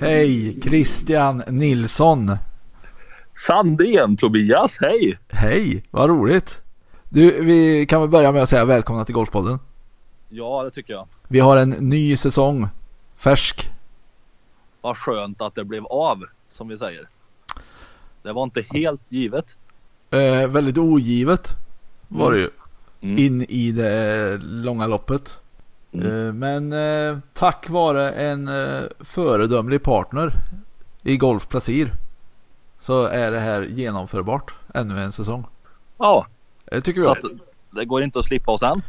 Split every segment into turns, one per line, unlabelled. Hej, Christian Nilsson.
Sandén Tobias, hej!
Hej, vad roligt. Du, vi kan väl börja med att säga välkomna till Golfpodden.
Ja, det tycker jag.
Vi har en ny säsong, färsk.
Vad skönt att det blev av, som vi säger. Det var inte helt givet.
Eh, väldigt ogivet var det ju.
Mm.
In i det långa loppet. Eh, men eh, tack vare en eh, föredömlig partner i Golf Placir så är det här genomförbart ännu en säsong.
Ja,
Det tycker vi
så
om.
att det går inte att slippa oss än.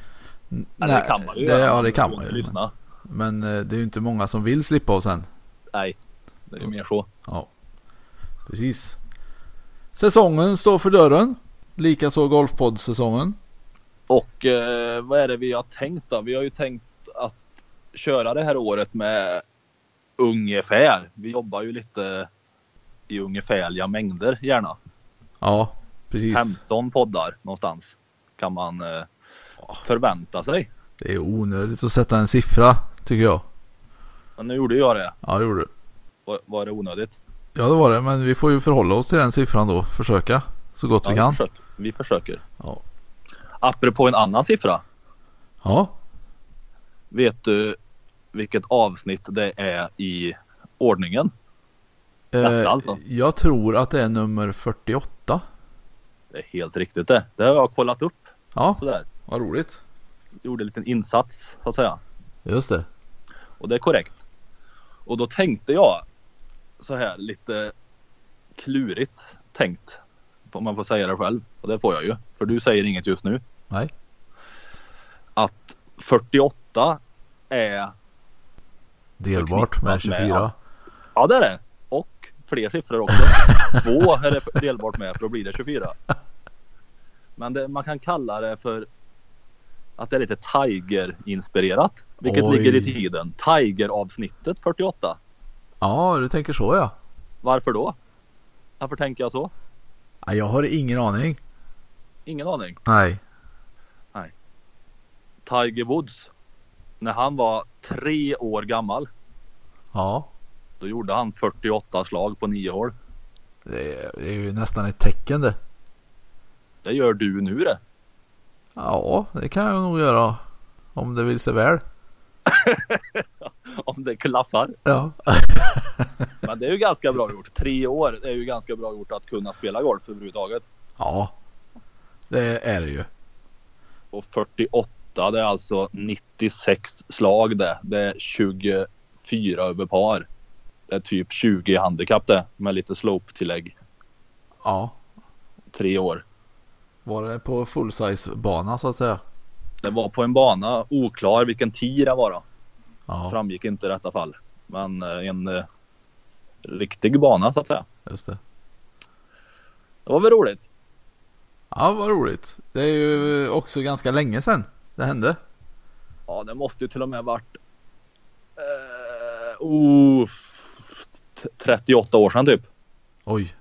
Eller det kan man ju
det,
göra,
Ja,
men
det kan
går
man
inte
ju.
att Lyssna.
Men eh, det är ju inte många som vill slippa oss än.
Nej, det är ju mer så.
Ja, precis. Säsongen står för dörren. Likaså Golfpodd-säsongen.
Och eh, vad är det vi har tänkt då? Vi har ju tänkt att köra det här året med ungefär. Vi jobbar ju lite i ungefärliga mängder gärna.
Ja, precis.
15 poddar någonstans kan man eh, förvänta sig.
Det är onödigt att sätta en siffra, tycker jag.
Men nu gjorde jag det.
Ja, det gjorde du.
Var, var det onödigt?
Ja, det var det. Men vi får ju förhålla oss till den siffran då. Försöka så gott vi
Ja,
kan.
vi, försöker. vi försöker.
Ja.
Apropå en annan siffra.
Ja,
Vet du vilket avsnitt det är i ordningen? Detta alltså.
Eh, Jag tror att det är nummer 48.
Det är helt riktigt det. Det har jag kollat upp.
Ja,
Sådär.
vad roligt.
Gjorde en liten insats så att säga.
Just det.
Och det är korrekt. Och då tänkte jag så här lite klurigt tänkt. Om man får säga det själv. Och det får jag ju. För du säger inget just nu.
Nej.
Att 48 är
Delbart med
Förknippat med,
24.
ja. Ja det är det. Och fler siffror också. Två är det delbart med för då blir det 24. Men det, man kan kalla det för att det är lite Tiger-inspirerat. Vilket
Oj.
ligger i tiden. Tiger-avsnittet 48.
ja, du tänker så ja.
Varför då? Varför tänker jag så?
Ja, Jag har ingen aning.
Ingen aning.
Nej.
Tiger Woods. När han var tre år gammal.
Ja,
Då gjorde han 48 slag på nio hål.
det är, det är ju nästan ett tecken det.
Det gör du nu det.
Ja, det kan jag nog göra. Om det vill sig väl.
Om det klaffar.
Ja.
Men det är ju ganska bra gjort. Tre år är ju ganska bra gjort att kunna spela golf överhuvudtaget.
Ja. Det är det ju.
Och 48 det är alltså 96 slag det. Det är 24 över par. Det är typ 20 i handikapp det med lite slope-tillägg.
Ja.
Tre år.
Var det på fullsize-bana så att säga?
Det var på en bana, oklar vilken tid det var då.
Ja,
Framgick inte i detta fall. Men eh, en eh, riktig bana så att säga.
just det.
Det var väl roligt.
Ja, vad roligt. Det är ju också ganska länge sedan det hände.
Ja, det måste ju till och med varit eh, oh, f- t- 38 år sedan typ.
Oj,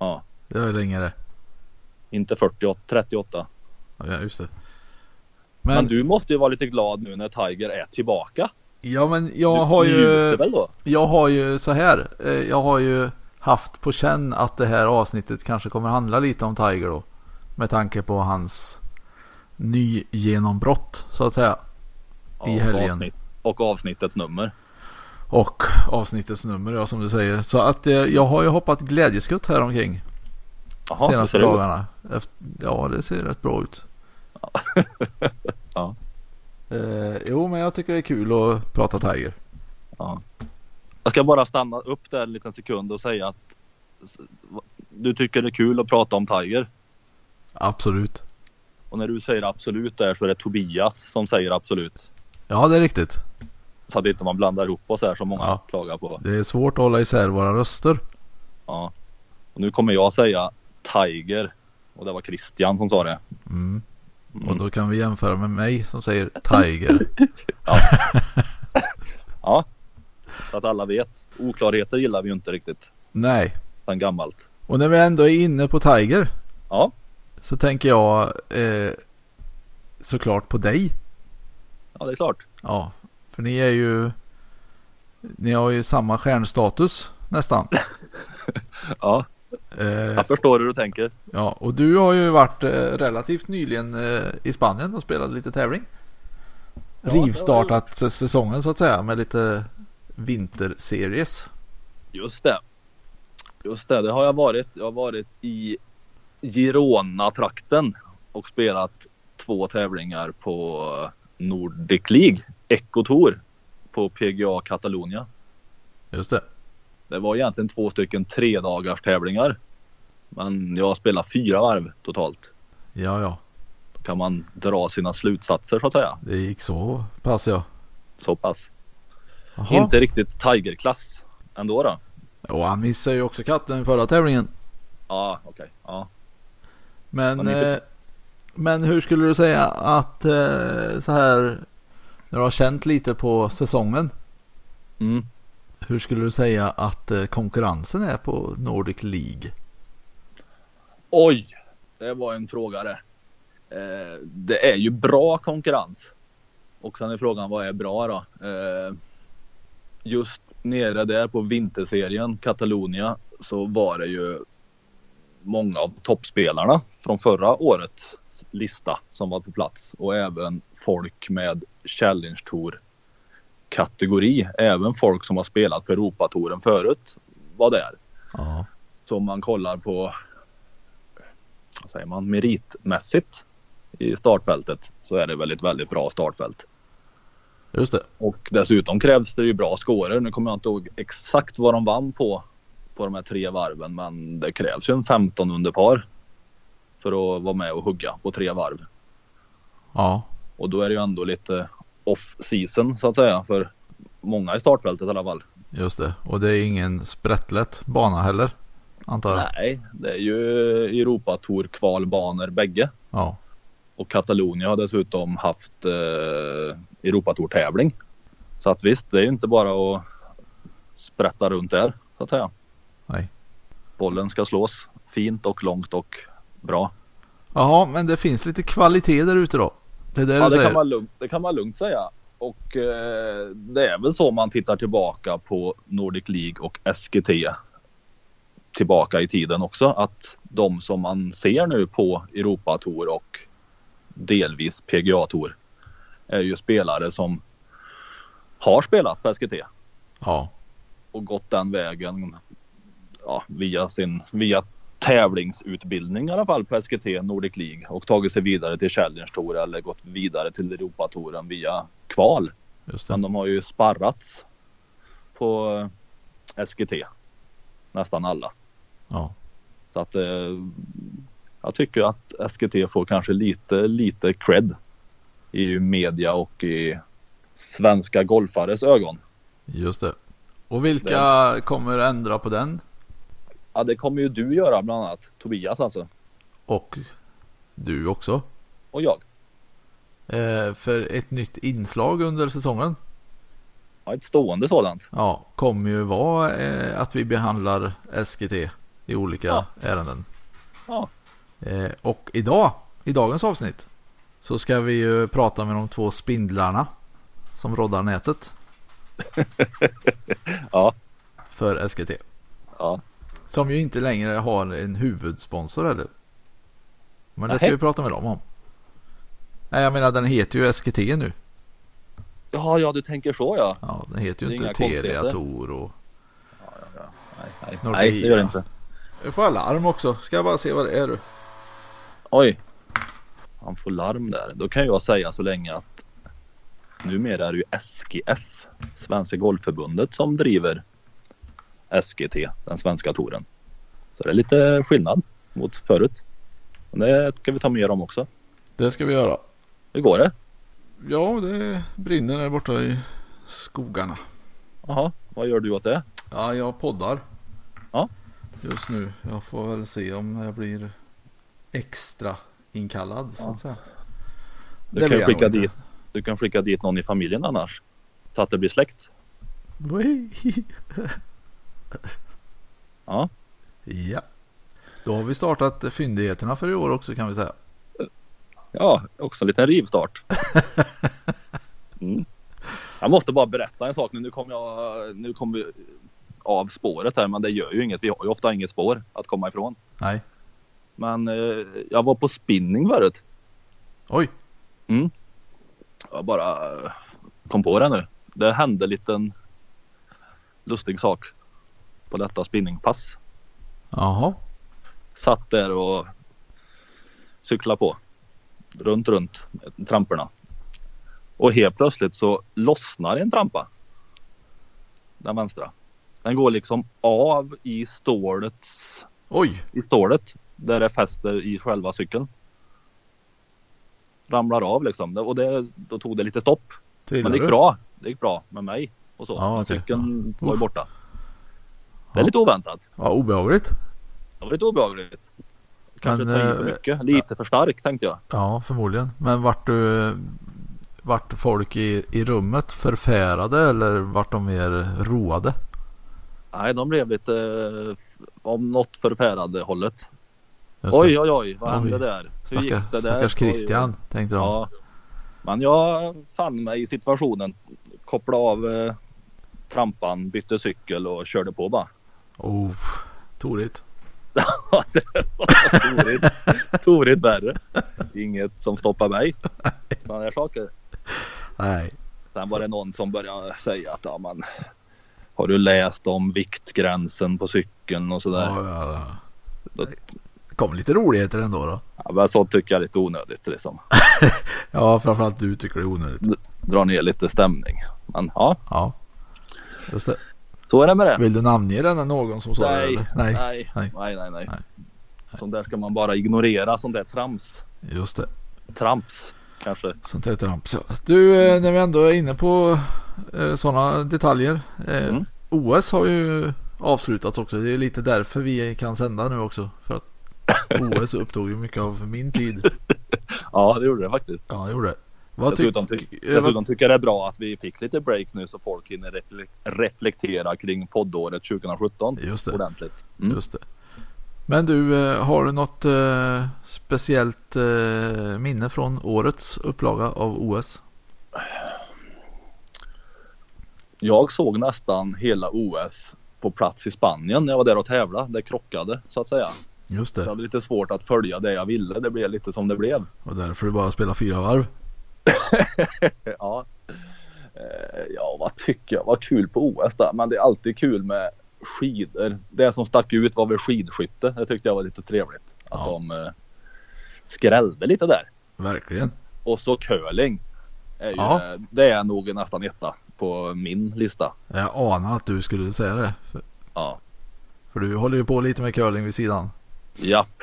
Ja,
det var ju länge det.
inte 48, 38.
Ja, just det.
Men,
Men,
du måste ju vara lite glad nu när Tiger är tillbaka.
ja men
Du
jag har ju...
njuter väl då?
Jag har ju så här. eh, Jag har ju haft på känn att det här avsnittet kanske kommer handla lite om Tiger då. Med tanke på hans nygenombrott så att säga.
Ja,
I
och
helgen.
Avsnitt, och avsnittets nummer.
Och avsnittets nummer ja, som du säger. Så att eh, jag har ju hoppat glädjeskutt här omkring
Jaha,
senaste
det ser ut.
dagarna. Efter, ja, det ser rätt bra ut.
Ja.
Eh, jo, men jag tycker det är kul att prata Tiger.
Ja. Jag ska bara stanna upp där en liten sekund och säga att s- va- du tycker det är kul att prata om Tiger.
Absolut.
Och när du säger absolut där så är det Tobias som säger absolut.
Ja, det är riktigt.
Så att inte man blandar ihop oss här som många
Ja.
klagar på.
Det är svårt att hålla isär våra röster.
Ja. Och nu kommer jag säga Tiger. Och det var Christian som sa det.
Mm. Och
Mm.
då kan vi jämföra med mig som säger Tiger.
Ja. Så att alla vet. Oklarheter gillar vi ju inte riktigt.
Nej.
Sen gammalt.
Och när vi ändå är inne på Tiger
Ja.
så tänker jag eh, såklart på dig.
Ja det är klart.
Ja, för ni är ju ni har ju samma stjärnstatus nästan.
Ja.
Eh,
Jag förstår hur du tänker.
ja, och du har ju varit eh, relativt nyligen eh, i Spanien och spelat lite tävling.
det har jag
Rivstartat s- säsongen så att säga med lite vinterseries.
Just det. Just det, det har jag varit. Jag har varit i Girona-trakten och spelat två tävlingar på Nordic League, Eco Tour på PGA Catalonia.
Just det.
Det var egentligen två stycken tre dagars tävlingar. Men jag spelade fyra varv totalt.
Ja, ja.
Då kan man dra sina slutsatser så att säga.
Det gick så pass ja.
Så pass.
Jaha.
Inte riktigt Tiger-klass ändå då.
Och han missade ju också katten i förra tävlingen.
Ja, okej. Ja.
Men,
Han är inte-
eh, men hur skulle du säga att eh, så här när du har känt lite på säsongen.
Mm.
Hur skulle du säga att eh, konkurrensen är på Nordic League?
Oj, det var en fråga det. Eh, det är ju bra konkurrens. Och sen är frågan vad är bra då? Eh, just nere där på vinterserien Catalonia så var det ju många av toppspelarna från förra årets lista som var på plats och även folk med Challenge Tour kategori. Även folk som har spelat på Europatouren förut var där.
Ja.
Så om man kollar på vad säger man, meritmässigt i startfältet så är det väl ett väldigt bra startfält.
Just det.
Och dessutom krävs det ju bra scorer. Nu kommer jag inte ihåg exakt vad de vann på på de här tre varven men det krävs ju en 15 under par för att vara med och hugga på tre varv.
Ja.
Och då är det ju ändå lite off season så att säga för många i startfältet i alla fall.
Just det. Och det är ingen sprättlätt bana heller. Antar jag.
Nej, det är ju Europatour kvalbanor bägge.
Ja.
Och Katalonien har dessutom haft eh, Europatour-tävling. Så att visst, det är ju inte bara att sprätta runt där så att säga.
Nej.
Bollen ska slås fint och långt och bra.
Jaha, men det finns lite kvalitet där ute då. Det är det du
Ja, det,
säger.
kan man lugnt, det kan man lugnt säga. Och eh, det är väl så om man tittar tillbaka på Nordic League och SGT tillbaka i tiden också att de som man ser nu på Europatour och delvis PGA Tour är ju spelare som har spelat på SGT
Ja.
och gått den vägen ja, via sin via tävlingsutbildning i alla fall på SKT Nordic League och tagit sig vidare till Challenge Tour eller gått vidare till Europatouren via kval.
Just
Men
det.
de har ju sparrats på eh, SKT nästan alla.
Ja.
Så att eh, jag tycker att SKT får kanske lite, lite cred i media och i svenska golfares ögon.
Just det. Och vilka kommer ändra på den?
Ja, det kommer ju du göra bland annat, Tobias alltså,
Och du också.
och jag.
Eh, för ett nytt inslag under säsongen.
Ja, ett stående sådant.
Ja, kommer ju vara eh, att vi behandlar SGT i olika
Ja.
ärenden.
Ja,
Eh, och idag, i dagens avsnitt, så ska vi ju prata med de två spindlarna som roddar nätet
ja,
för SGT.
ja.
Som ju inte längre har en huvudsponsor heller. Men det ska
Nähä.
vi prata med dem om. Nej, jag menar den heter ju SGT nu.
Ja, ja, du tänker så ja.
Ja, den heter
Det
ju
är
inte
inga
Telia
konstigheter.
Tor och...
Nej, nej,
Nordea.
nej det gör det inte.
Jag får alarm också. Ska jag bara se vad det är du.
Oj. Han får larm där. Då kan jag säga så länge att numera är det ju SGF, Svenska Golfförbundet, som driver SGT, den svenska touren. Så det är lite skillnad mot förut. Men det ska vi ta med om också.
Det ska vi göra.
Hur går det?
Ja, det brinner där borta i skogarna.
Jaha, vad gör du åt det?
Ja, jag poddar.
Ja.
Just nu. Jag får väl se om jag blir extra inkallad så att säga.
Du
Det
kan,
blir
ju
jag
skicka
nog
dit,
inte.
du kan skicka dit någon i familjen annars. Så att det blir släkt. Ja.
ja. Då har vi startat fyndigheterna för i år också kan vi säga.
Ja, också en liten rivstart. Mm. Jag måste bara berätta en sak nu. Nu kom jag nu kom vi av spåret här, men det gör ju inget. Vi har ju ofta inget spår att komma ifrån.
Nej.
Men eh, jag var på spinning förut.
Oj.
Jag bara eh, kom på det nu. Det hände en liten lustig sak på detta spinningpass.
Jaha.
Satt där och cyklade på. Runt, runt tramporna. Och helt plötsligt så lossnar en trampa. Den vänstra. Den går liksom av i stålet,
Oj.
i stålet där det fäster i själva cykeln. Ramlar av liksom och det, då tog det lite stopp.
Trillar
Men det gick
du?
bra. Det gick bra med mig och så.
Ja,
Men
okej.
Cykeln var ju
Uff.
borta. Det är lite oväntat.
Ja, obehagligt.
Det var lite obehagligt. Kanske
Men,
tar i för
eh,
mycket. Lite för starkt tänkte jag.
Ja, förmodligen. Men vart du... Vart folk i, i rummet förfärade eller vart de mer roade?
Nej, de blev lite eh, om något förfärande hållet.
Just det.
Oj, oj, oj, vad
Oj.
hände där? Hur
Stackar,
gick det där?
stackars
Oj, oj.
Christian tänkte de.
Ja. Men jag fann mig i situationen. Kopplade av eh, trampan, bytte cykel och körde på bara.
Oh, torigt.
det var torigt. torigt värre. Inget som stoppar mig. Sådana här saker.
Nej.
Sen var det någon som började säga att ja, man, har du läst om viktgränsen på cykeln och sådär.
Ja, ja, ja.
Då-
Det kom lite roligheter ändå då.
Ja, men sånt tycker jag är lite onödigt liksom.
Ja, framförallt du tycker det är onödigt.
Dra ner lite stämning. Men ja,
Ja. Just det.
så är det med det.
Vill du namnge den här någon som sa det?
Nej,
eller?
nej,
Nej.
nej, nej, nej, nej. Sånt där ska man bara ignorera. Sånt där trams.
Just det.
Tramps kanske.
Sånt där tramps. ja. Du, eh, när vi ändå är inne på eh, sådana detaljer. Eh,
Mm.
OS har ju avslutats också. Det är lite därför vi kan sända nu också. För att OS upptog ju mycket av min tid.
Ja, det gjorde det faktiskt.
Ja, det gjorde det. Vad
Dessutom, ty-
tyck- eh, vad-
dessutom tycker jag det är bra att vi fick lite break nu så folk hinner refle- reflektera kring poddåret 2017
Just det.
ordentligt. Mm.
Just det. Men du, eh, har du något eh, speciellt eh, minne från årets upplaga av OS?
Jag såg nästan hela OS på plats i Spanien när jag var där och tävlade. Det krockade så att säga.
Just
Så jag
det.
hade lite svårt att följa det jag ville. Det blev lite som det blev.
Och därför du bara spela fyra varv.
Ja. Eh, Ja, vad tycker jag? Vad kul på OS där. Men det är alltid kul med skidor. Det som stack ut var väl skidskytte. Det tyckte jag var lite trevligt. Att
Ja.
de eh, skrällde lite där.
Verkligen.
Och så curling. Är ju, eh,
Ja.
Det är nog nästan etta på min lista.
Jag anade att du skulle säga det. För,
Ja.
för du håller ju på lite med curling vid sidan.
Japp.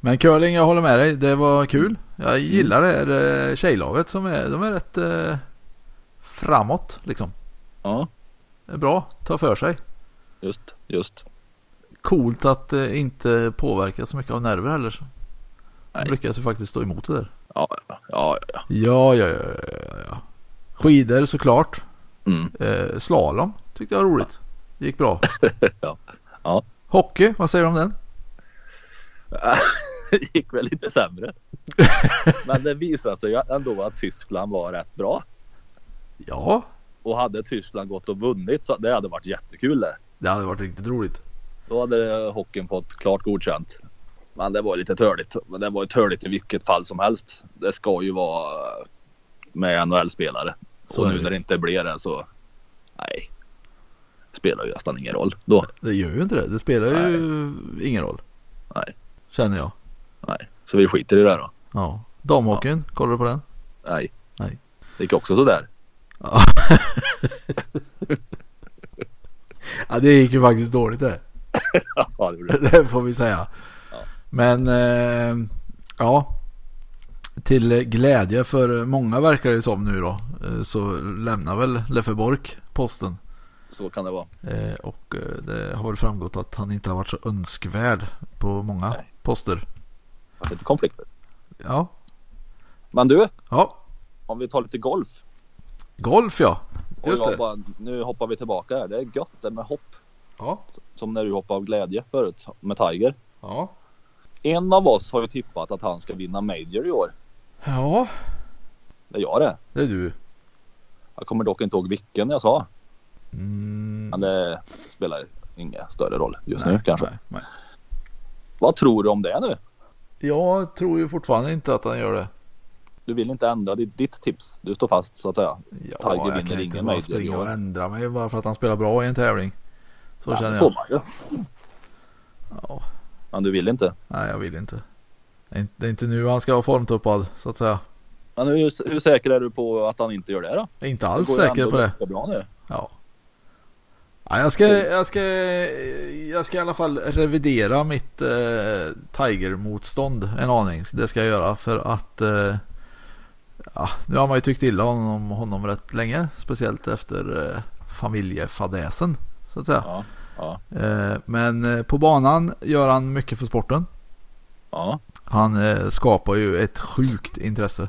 Men curling, jag håller med dig. Det var kul. Jag gillar det här eh, tjejlaget som är, de är rätt eh, framåt liksom.
Ja,
Det är Bra, tar för sig.
just, just.
Coolt att eh, inte påverka så mycket av nerver heller. De
Nej.
lyckas ju faktiskt stå emot det där.
Ja, ja, ja. ja.
Ja, ja, ja, ja, ja, ja. Skidor såklart.
Mm.
Eh, slalom tyckte jag var roligt. Det gick bra.
ja. ja.
Hockey, vad säger du om den?
Det gick väl lite sämre. Men det visade sig ju ändå att Tyskland var rätt bra.
Ja,
Och hade Tyskland gått och vunnit så det hade varit jättekul det.
det hade varit riktigt roligt.
Då hade hockeyn fått klart godkänt. Men det var lite törligt. Men det var ju törligt i vilket fall som helst. Det ska ju vara med NHL-spelare.
Så
och
är
nu
det.
när det inte blir det så, nej. Spelar ju nästan ingen roll då.
Det gör ju inte det. Det spelar ju ingen roll.
Nej.
Känner jag.
Nej. Så vi skiter i det då.
Ja. Damhockeyn, kollar du på den?
Nej.
Nej.
Det gick också sådär.
Ja, det gick ju faktiskt dåligt det.
Ja, det gjorde det.
Det får vi säga. Men eh, ja. Till glädje för många verkar det som nu då. eh, Så lämnar väl Leffe Bork posten.
Så kan det vara.
Eh, och eh, det har väl framgått att han inte har varit så önskvärd på många poster.
Fast Lite konflikter.
Ja.
Men du,
Ja.
om vi tar lite golf.
Golf ja.
Och
Just
jag
det.
Bara, nu hoppar vi tillbaka här. Det är gött det med hopp.
Ja.
Som när du hoppade av glädje förut med Tiger.
Ja.
En av oss har ju tippat att han ska vinna Major i år.
Ja.
Det är jag det.
Det är du.
Jag kommer dock inte ihåg vilken jag sa.
Mm,
Men det spelar ingen större roll just nu kanske.
Nej, nej.
Vad tror du om det nu?
Jag tror ju fortfarande inte att han gör det.
Du vill inte ändra ditt, ditt tips. Du står fast så att säga.
Ja,
Tiger
jag
vinner
kan inte
ingen
bara
major i
springa
år.
och ändra mig bara för att han spelar bra i en tävling. Så
Ja,
känner
det
jag.
får man ju.
Ja.
Men du vill inte.
Nej, jag vill inte. Det är inte- Det är inte nu han ska ha formtuppad så att säga.
Men hur, hur säker är du på att han inte gör det då?
Jag är inte
Det
alls
går ju
säker
ändå
på det.
ganska bra nu.
Ja. ja jag, ska, jag, ska, jag ska i alla fall revidera mitt eh, Tiger-motstånd en aning. Det ska jag göra för att eh, ja, nu har man ju tyckt illa om honom rätt länge. Speciellt efter eh, familjefadäsen så att säga.
Ja, ja,
Eh, men eh, på banan gör han mycket för sporten.
ja.
Han eh, skapar ju ett sjukt intresse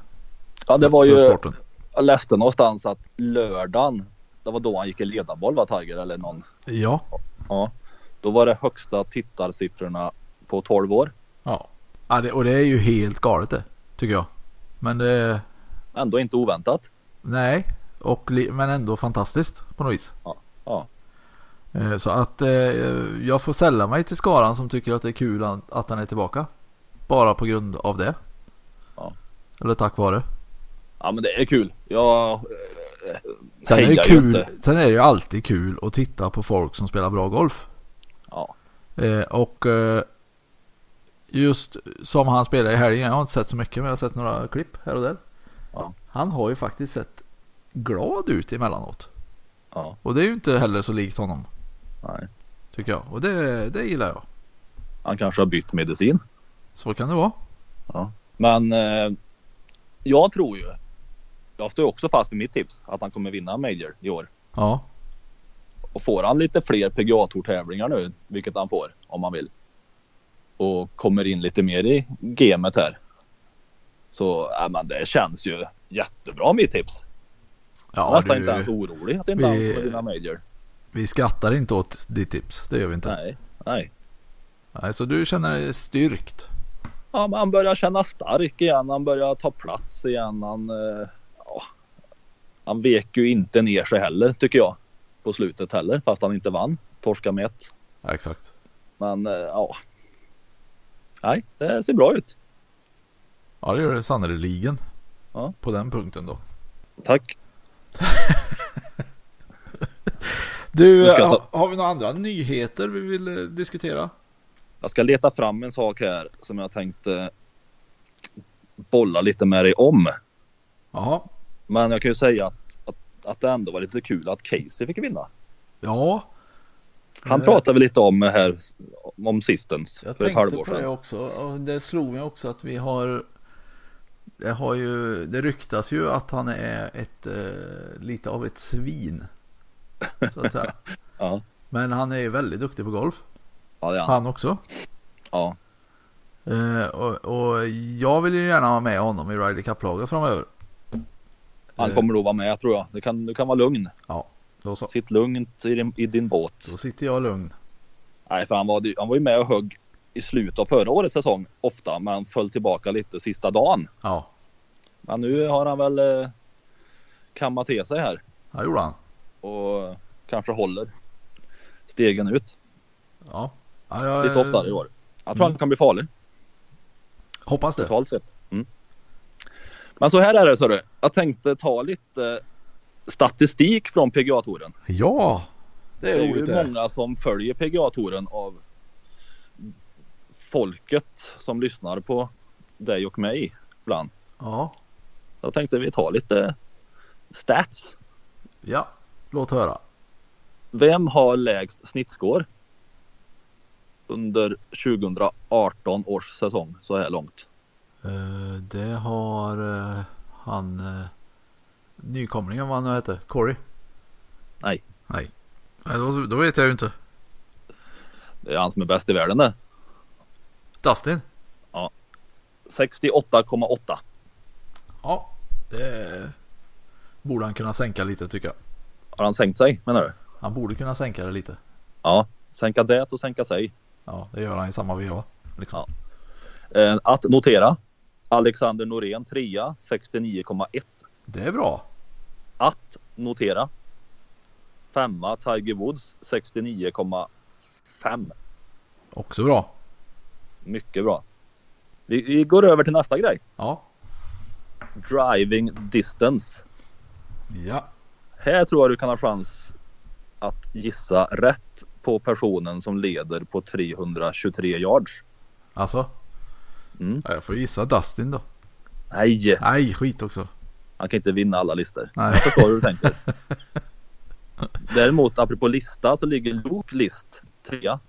ja det var
för
ju.
sporten.
Jag läste någonstans att lördagen. Det var då han gick i ledarboll va Tiger eller någon.
Ja,
Ja. Då var det högsta tittarsiffrorna på 12 år.
ja. ja det, och det är ju helt galet det tycker jag. Men det
Ändå inte oväntat.
Nej, och, li- men ändå fantastiskt på något vis.
Ja. ja.
Eh, Så att eh, jag får sälla mig till skaran som tycker att det är kul an- att han är tillbaka. Bara på grund av det.
Ja.
Eller tack vare.
Ja men det är kul. Jag eh,
Sen är, det
hejar ju
kul,
inte.
sen är det ju alltid kul att titta på folk som spelar bra golf.
Ja.
Eh, Och eh, just som han spelar i helgen, jag har inte sett så mycket men jag har sett några klipp här och där.
Ja.
Han har ju faktiskt sett glad ut emellanåt.
Ja.
Och det är ju inte heller så likt honom.
Nej.
Tycker jag. Och det, det gillar jag.
Han kanske har bytt medicin.
Så kan det vara.
Men eh, jag tror ju. Jag står ju också fast vid mitt tips att han kommer vinna Major i år.
Ja.
Och får han lite fler pga tävlingar nu, vilket han får om han vill. Och kommer in lite mer i gamet här. Så ja, men det känns ju jättebra mitt tips. Jag är
Ja,
nästan
du,
inte ens orolig att inte
vi-
han kommer vinna Major.
vi skrattar inte åt ditt tips. Det gör vi inte. Nej.
Nej, nej.
så du känner dig styrkt.
Ja, men han börjar känna stark igen. Han börjar ta plats igen. Han, eh, ja, han vek ju inte ner sig heller tycker jag. På slutet heller, fast han inte vann. Torska med ett.
Ja, exakt.
Men eh, ja. Nej, det ser bra ut.
Ja, det gör det sannerligen.
Ja.
På den punkten då.
Tack.
Du,
Nu ska
eh,
jag
ha, har vi några andra nyheter vi vill eh, diskutera?
Jag ska leta fram en sak här som jag tänkte bolla lite med dig om.
Jaha.
Men jag kan ju säga att, att, att det ändå var lite kul att Casey fick vinna.
Ja,
Han
Eh.
pratade vi lite om här om sistens för ett halvår sedan.
också. Och det slog mig också att vi har... Det, har ju, det ryktas ju att han är ett, eh, lite av ett svin. Så att säga.
Ja,
Men han är ju väldigt duktig på golf.
ja, det är han.
Han också.
ja,
Eh, och, och jag vill ju gärna ha med honom i Ryder Cup-laget framöver.
han kommer nog vara med tror jag. Du kan, du kan vara lugn.
Ja, då så.
Sitt lugnt i din, i din båt.
Då sitter jag lugn.
Nej, för han var, han var ju med och högg i slutet av förra årets säsong ofta, men föll tillbaka lite sista dagen.
Ja,
Men nu har han väl eh, kammat till sig här.
det gjorde han.
och kanske håller stegen ut
Ja. ja jag,
lite oftare i år. Jag tror han kan bli farlig
Hoppas det.
totalt sett. Mm. Men så här är det så du. Jag tänkte ta lite statistik från PGA-touren.
Ja! Det är,
Det är
roligt
ju
det.
många som följer PGA-touren av folket som lyssnar på dig och mig ibland.
Ja.
Jag tänkte vi tar lite stats.
ja, låt höra.
Vem har lägst snittskår under 2018 års säsong så här långt?
Eh, det har eh, han eh, nykomlingen vad han nu hette, Corey.
Nej,
Nej. Nej då, då vet jag ju inte.
det är han som är bäst i världen det.
Dustin?
68,8.
Ja. Det borde han kunna sänka lite tycker jag.
Har han sänkt sig menar du?
Han borde kunna sänka det lite.
Ja, sänka det och sänka sig.
Ja, det gör han i samma veva. Liksom.
Ja. Eh, Att notera. Alexander Norén trea 69,1.
Det är bra.
Att notera. Femma Tiger Woods 69,5.
Också bra.
Mycket bra. Vi, vi går över till nästa grej.
Ja.
Driving distance.
Ja.
Här tror jag du kan ha chans att gissa rätt på personen som leder på 323 yards.
Alltså.
Mm.
Ja, Jag får gissa Dustin då.
Nej,
Nej, skit också.
han kan inte vinna alla listor.
Nej.
Jag förstår hur du tänker. Däremot apropå lista så ligger Luke List trea.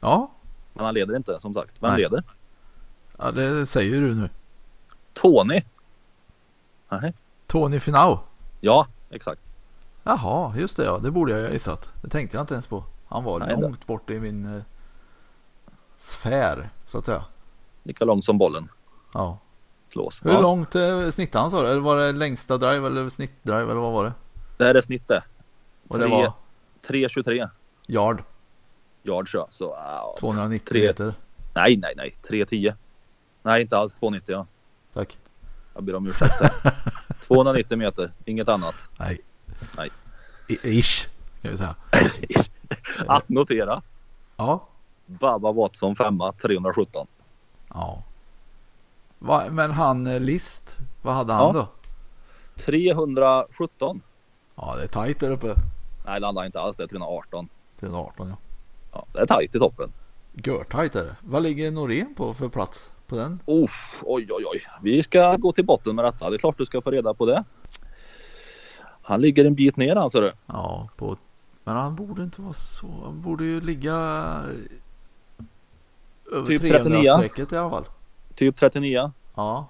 Ja,
Men han leder inte som sagt. Vem
Nej.
leder?
ja det säger du nu.
Tony. Nej.
Tony Finau.
Ja, exakt.
Jaha, just det ja. Det borde jag ha gissat. Det tänkte jag inte ens på. Han var
Nej, det-
långt bort i min eh, sfär, så att säga.
Lika lång som bollen
Ja.
slås.
Hur
Ja,
långt eh, snittade han sa du? Eller var det längsta drive eller snittdrive eller vad var det?
Det här är snittet.
Och det
Tre.
var
3.23
yard,
yards ja. Så, ah,
290
Tre.
meter.
nej, nej, nej. 3.10. Nej, inte alls 2.90 ja.
Tack.
Jag ber om ursäkt. där. 290 meter, inget annat.
Nej.
Nej.
I- Ish, kan vi säga.
Att notera.
Ja.
Baba Watson femma, 317.
Ja. Va, men han eh, List, vad hade han
Ja.
då?
317.
Ja, det är tajt där uppe.
Nej, landade inte alls det. 318.
318 ja.
Ja, det är tajt i toppen.
Görtajt är det. Vad ligger Norén på för plats på den?
Uff, oj, oj, oj. Vi ska gå till botten med detta. Det är klart du ska få reda på det. Han ligger en bit ner han ser du.
Ja, på... Men han borde inte vara så... Han borde ju ligga... eh, Över
Typ 39.
300-strecket i alla fall.
Typ 39.
Ja.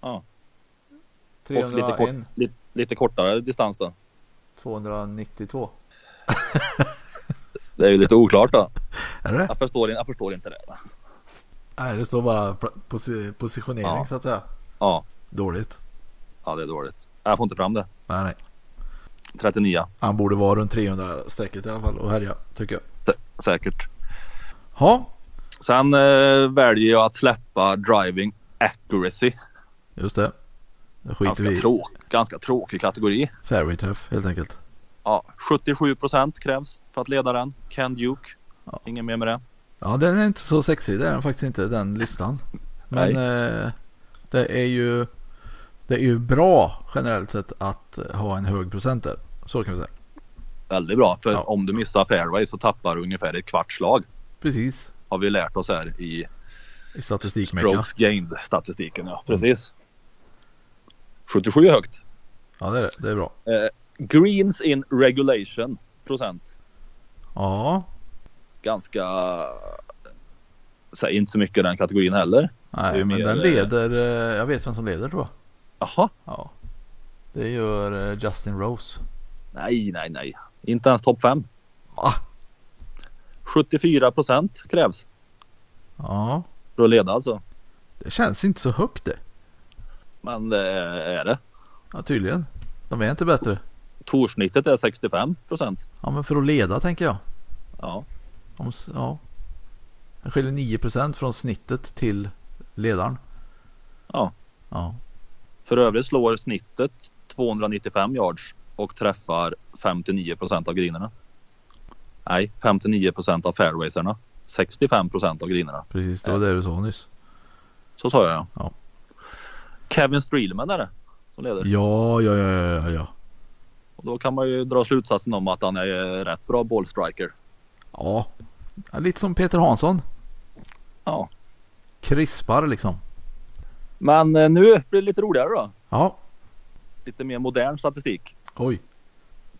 Ja. Och lite,
301,
kort, lite, lite kortare distans då.
292.
Det är ju lite oklart då.
Är det?
Jag förstår, in- jag förstår inte det.
Nej, det står bara pl- posi- positionering
Ja.
så att säga.
Ja,
Dåligt.
ja, det är dåligt. Jag får inte fram det.
Nej, nej.
39
Han borde vara runt 300-strecket i alla fall och härja, tycker jag.
sä- säkert.
Ja,
Sen eh, väljer jag att släppa driving accuracy.
just det. Det skiter
Ganska,
vi i.
tråk, ganska tråkig kategori.
Fairway-träff, helt enkelt.
Ja, 77 procent krävs för att leda den. Ken Duke. Ingen mer med det.
Ja, den är inte så sexig. Det är den faktiskt inte, den listan. Men eh, det är ju det är ju bra generellt sett att ha en hög procent där. Så kan vi säga.
Väldigt bra. För
Ja.
om du missar fairway så tappar du ungefär ett kvarts slag.
Precis.
Har vi lärt oss här i
I statistikmecka. Mm.
strokes gained statistiken. Ja, precis. 77 är högt.
Ja, det är det. Det är bra.
Eh, greens in regulation procent.
Ja.
Ganska... Säg inte så mycket i den kategorin heller. Det är
Nej,
ju
men
mer,
den
eh,
leder. eh, Jag vet vem som leder tror jag.
Jaha.
Ja. Det gör eh, Justin Rose.
Nej, nej, nej. Inte ens topp 5.
Va?
74 procent krävs
Ja.
för att leda alltså.
Det känns inte så högt det.
Men det är det.
Ja, tydligen. De är inte bättre.
Torsnittet är 65 procent.
Ja, men för att leda tänker jag.
Ja,
Om, s- ja. Den skiljer 9% från snittet till ledaren.
ja.
Ja.
För övrigt slår snittet 295 yards och träffar 59 procent av grinerna. Nej, 59 procent av fairwaysarna. 65 procent av grinerna.
Precis, det var det du sa nyss.
Så sa jag.
Ja.
Kevin Streelman är det som leder.
Ja, ja, ja, ja, ja, ja.
Då kan man ju dra slutsatsen om att han är eh, rätt bra bollstriker.
Ja. Ja, Lite som Peter Hansson.
Ja.
Krispar liksom.
Men eh, nu blir det lite roligare då.
Ja.
Lite mer modern statistik.
Oj.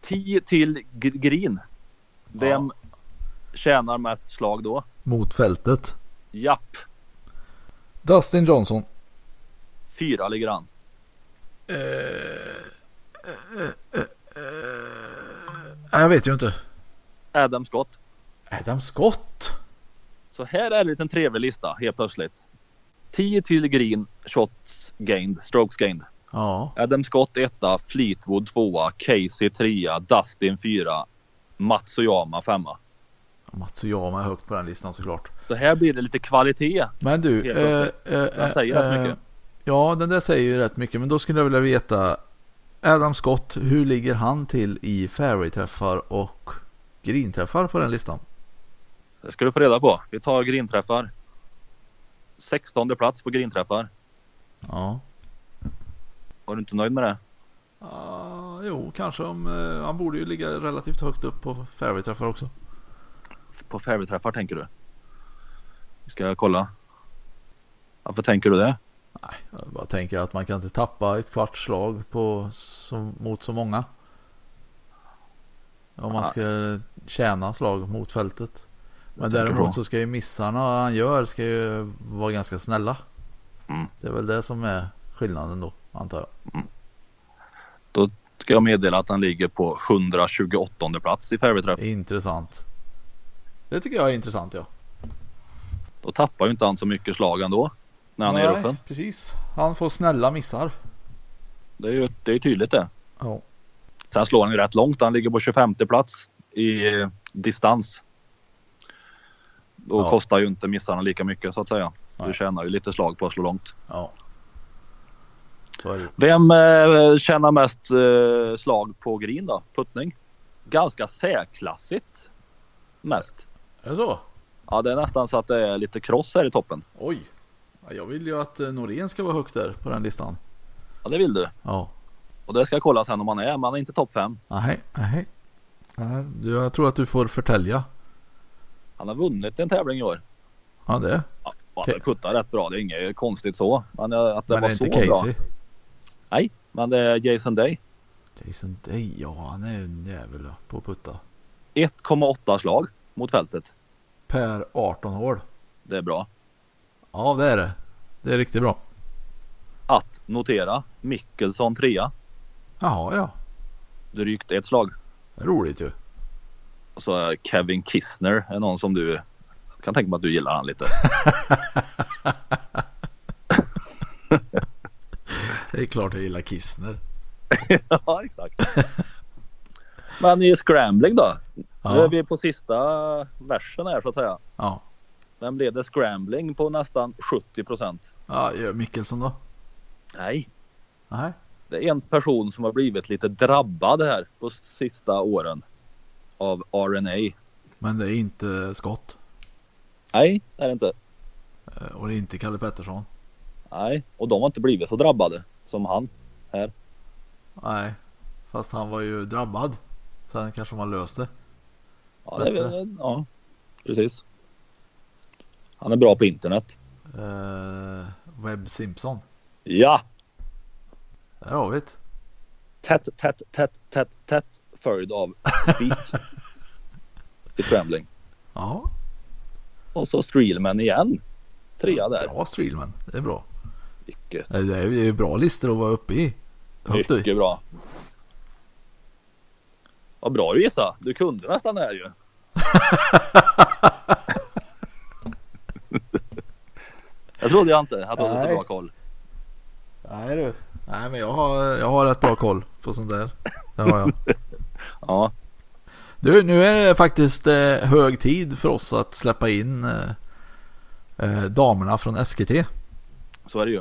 10 till g- green. Vem tjänar mest slag då?
Mot fältet.
Japp,
Dustin Johnson.
fyra ligger han.
Nej, jag vet ju inte.
Adam Scott.
Adam Scott.
Så här är en liten trevlig lista helt plötsligt. 10 till green, shots gained, strokes gained.
Ja.
Adam Scott etta, Fleetwood tvåa, Casey trea, Dustin fyra, Matsuyama femma.
Matsuyama är högt på den listan såklart.
Så här blir det lite kvalitet.
Men du.
Helt plötsligt.
eh, eh,
Den säger rätt
eh,
mycket.
Ja, den där säger ju rätt mycket. Men då skulle jag vilja veta. Adam Scott, hur ligger han till i fairway-träffar och green-träffar på den listan?
Det ska du få reda på. Vi tar grinträffar. 16 plats på grinträffar.
Ja.
Var du inte nöjd med det?
Ah, jo, kanske om... Eh, han borde ju ligga relativt högt upp på fairway-träffar också.
På fairwayträffar tänker du? Ska jag kolla? Varför tänker du det?
Nej, jag bara tänker att man kan inte tappa ett kvarts slag på, så, mot så många. Om man
Nej.
ska tjäna slag mot fältet. Men
tänker
däremot
så.
så ska ju missarna han gör ska ju vara ganska snälla.
Mm.
Det är väl det som är skillnaden då, antar jag.
Då ska jag meddela att han ligger på 128 plats i fairwayträff.
Intressant. Det tycker jag är intressant ja.
Då tappar ju inte han så mycket slag ändå. När han är i ruffen.
precis. Han får snälla missar.
Det är ju det är ju tydligt det.
Ja.
Sen slår han ju rätt långt. Han ligger på 25 plats i eh, distans. Då
Ja.
kostar ju inte missarna lika mycket så att säga.
Nej.
Du tjänar ju lite slag på att slå långt.
Ja. Så är det.
Vem eh, tjänar mest eh, slag på green då? Puttning? Ganska särklassigt mest.
Är det så?
Ja, det är nästan så att det är lite kross här i toppen.
Oj. Ja, Jag vill ju att eh, Norén ska vara högt där på den listan.
Ja, det vill du.
Ja.
Och det ska jag kolla sen om han är, men han är inte topp 5.
Nej, nej. Nej, du- Jag tror att du får förtälja.
Han har vunnit en tävling i år.
Ja, det.
Ja, och han har puttat rätt bra. Det är inget konstigt så. Men eh, att det
Men
var
är
så
inte Casey?
bra. Nej, men det är Jason Day.
Jason Day, ja han är ju en jävel på att putta.
1,8 slag mot fältet.
Per 18 hål.
Det är bra.
Ja, det är det. Det är riktigt bra.
Att notera, Mickelson trea.
Jaha, ja.
Drygt ett slag.
Roligt ju.
Och så är Kevin Kistner är någon som du jag kan tänka mig att du gillar han lite.
Det är klart jag gillar Kistner.
ja, exakt. Men i scrambling då? Nu är
Ja.
vi på sista versen här så att säga.
Ja.
Vem blev det scrambling på nästan 70 procent?
ja, gör Mickelson då?
Nej,
Nej.
det är en person som har blivit lite drabbad här på sista åren av RNA.
Men det är inte Scott.
Nej, det är det inte.
Eh, Och det är inte Kalle Pettersson.
Nej, och de har inte blivit så drabbade som han.
Nej. Fast han var ju drabbad. Sen kanske man löste.
Ja, det är, väl- ja precis. Han är bra på internet.
Eh, Webb Simpson.
Ja!
Där har vi det.
tätt, tätt, tätt, tätt, tätt följd av speed i scrambling.
Ja.
Och så Streelman igen. Trea där.
Bra Streelman. Det är bra.
Mycket,
Nej, Det är det är ju bra listor att vara uppe i. Högt upp i.
mycket bra. Vad bra du gissade. Du kunde nästan det här ju. jag trodde jag inte att du hade så
Nej.
bra koll.
Nej du. Nej men jag har, jag har rätt bra koll på sånt där. Det har jag.
Ja,
Du, nu är det faktiskt eh, hög tid för oss att släppa in eh, eh, damerna från SKT.
så är det ju.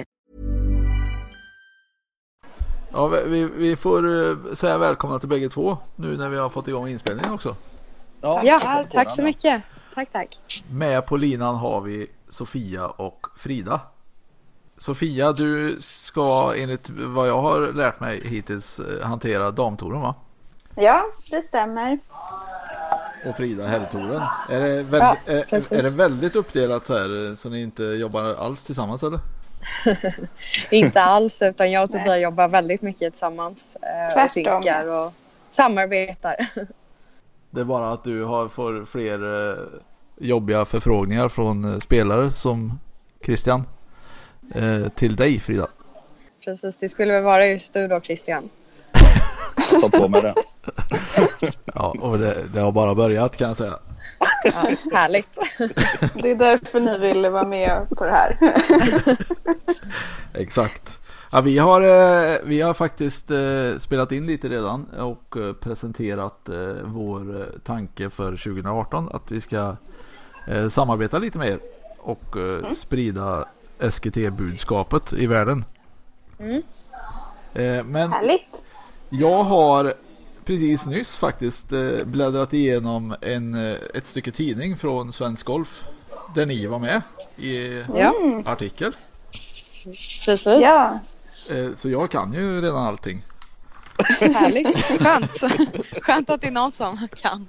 Ja, vi- vi, vi får eh, säga välkomna till bägge två nu när vi har fått igång inspelningen också.
Ja, tack så mycket. Tack, tack.
Med på linan har vi Sofia och Frida. Sofia, du ska enligt vad jag har lärt mig hittills eh, hantera damtouren va?
Ja, det stämmer.
Och Frida herrtouren. Är, det väl-
Ja, precis.
är, är det väldigt uppdelat så här eh, så ni inte jobbar alls tillsammans eller?
Inte alls, utan jag och Sofia jobbar väldigt mycket tillsammans. eh,
Tvärtom.
Och synkar och samarbetar.
Det är bara att du har, får fler eh, jobbiga förfrågningar från eh, spelare som Christian. Eh, till dig Frida.
Precis, det skulle väl vara just du då Christian.
Ta på mig det.
Ja, och det, det har bara börjat kan jag säga.
Ja, härligt.
Det är därför ni ville vara med på det här.
Exakt. Ja, vi, har, eh, vi har faktiskt eh, spelat in lite redan och eh, presenterat eh, vår eh, tanke för 2018 att vi ska eh, samarbeta lite med er och eh, sprida SGT-budskapet i världen. Eh, men
Härligt.
jag har precis nyss faktiskt eh, bläddrat igenom en, eh, ett stycke tidning från Svensk Golf där ni var med i
Ja,
artikel.
precis.
Ja,
Eh, Så jag kan ju redan allting.
Härligt. Skönt. Skönt att det är någon som kan.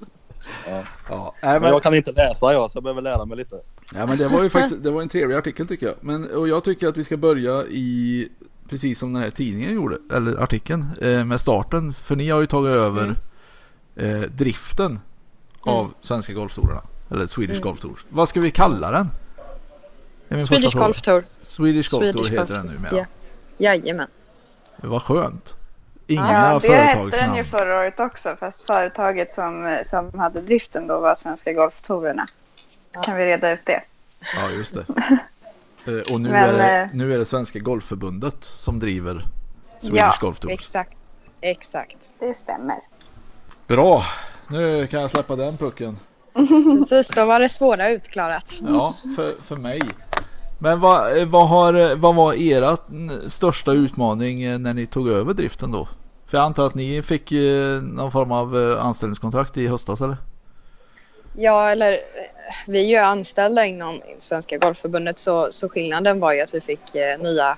Ja, nej,
Men
men,
jag kan inte läsa jag så jag behöver lära mig lite.
ja, men det var ju faktiskt det var en trevlig artikel tycker jag. Men, och jag tycker att vi ska börja i precis som den här tidningen gjorde, eller artikeln, eh, med starten. För ni har ju tagit över eh, driften av Svenska Golftourerna. Eller Swedish Golf Tour. Vad ska vi kalla den? Det är min första
Swedish
fråga.
Golf Tour.
Swedish Golf Tour
Swedish
heter
Golf
den
Tour,
numera.
ja. Jajamän.
Vad skönt. Inga
ja det hette den ju
företagsnamn.
förra året också. Fast företaget som, som hade driften då var Svenska Golftourerna. Kan vi reda ut det?
Ja, just det. Eh, Och nu,
Men,
är det,
eh,
nu är det Svenska Golfförbundet som driver Swedish
Ja,
Golf Tour.
Exakt. Exakt.
Det stämmer.
Bra! Nu kan jag släppa den pucken.
Precis, då var det svåra utklarat.
Ja, för, för mig. Men vad, eh, vad, har, eh, vad var era n- största utmaning eh, när ni tog över driften då? För jag antar att ni fick eh, någon form av eh, anställningskontrakt i höstas eller?
Ja, eller eh, vi är ju anställda inom Svenska Golfförbundet så, så skillnaden var ju att vi fick eh, nya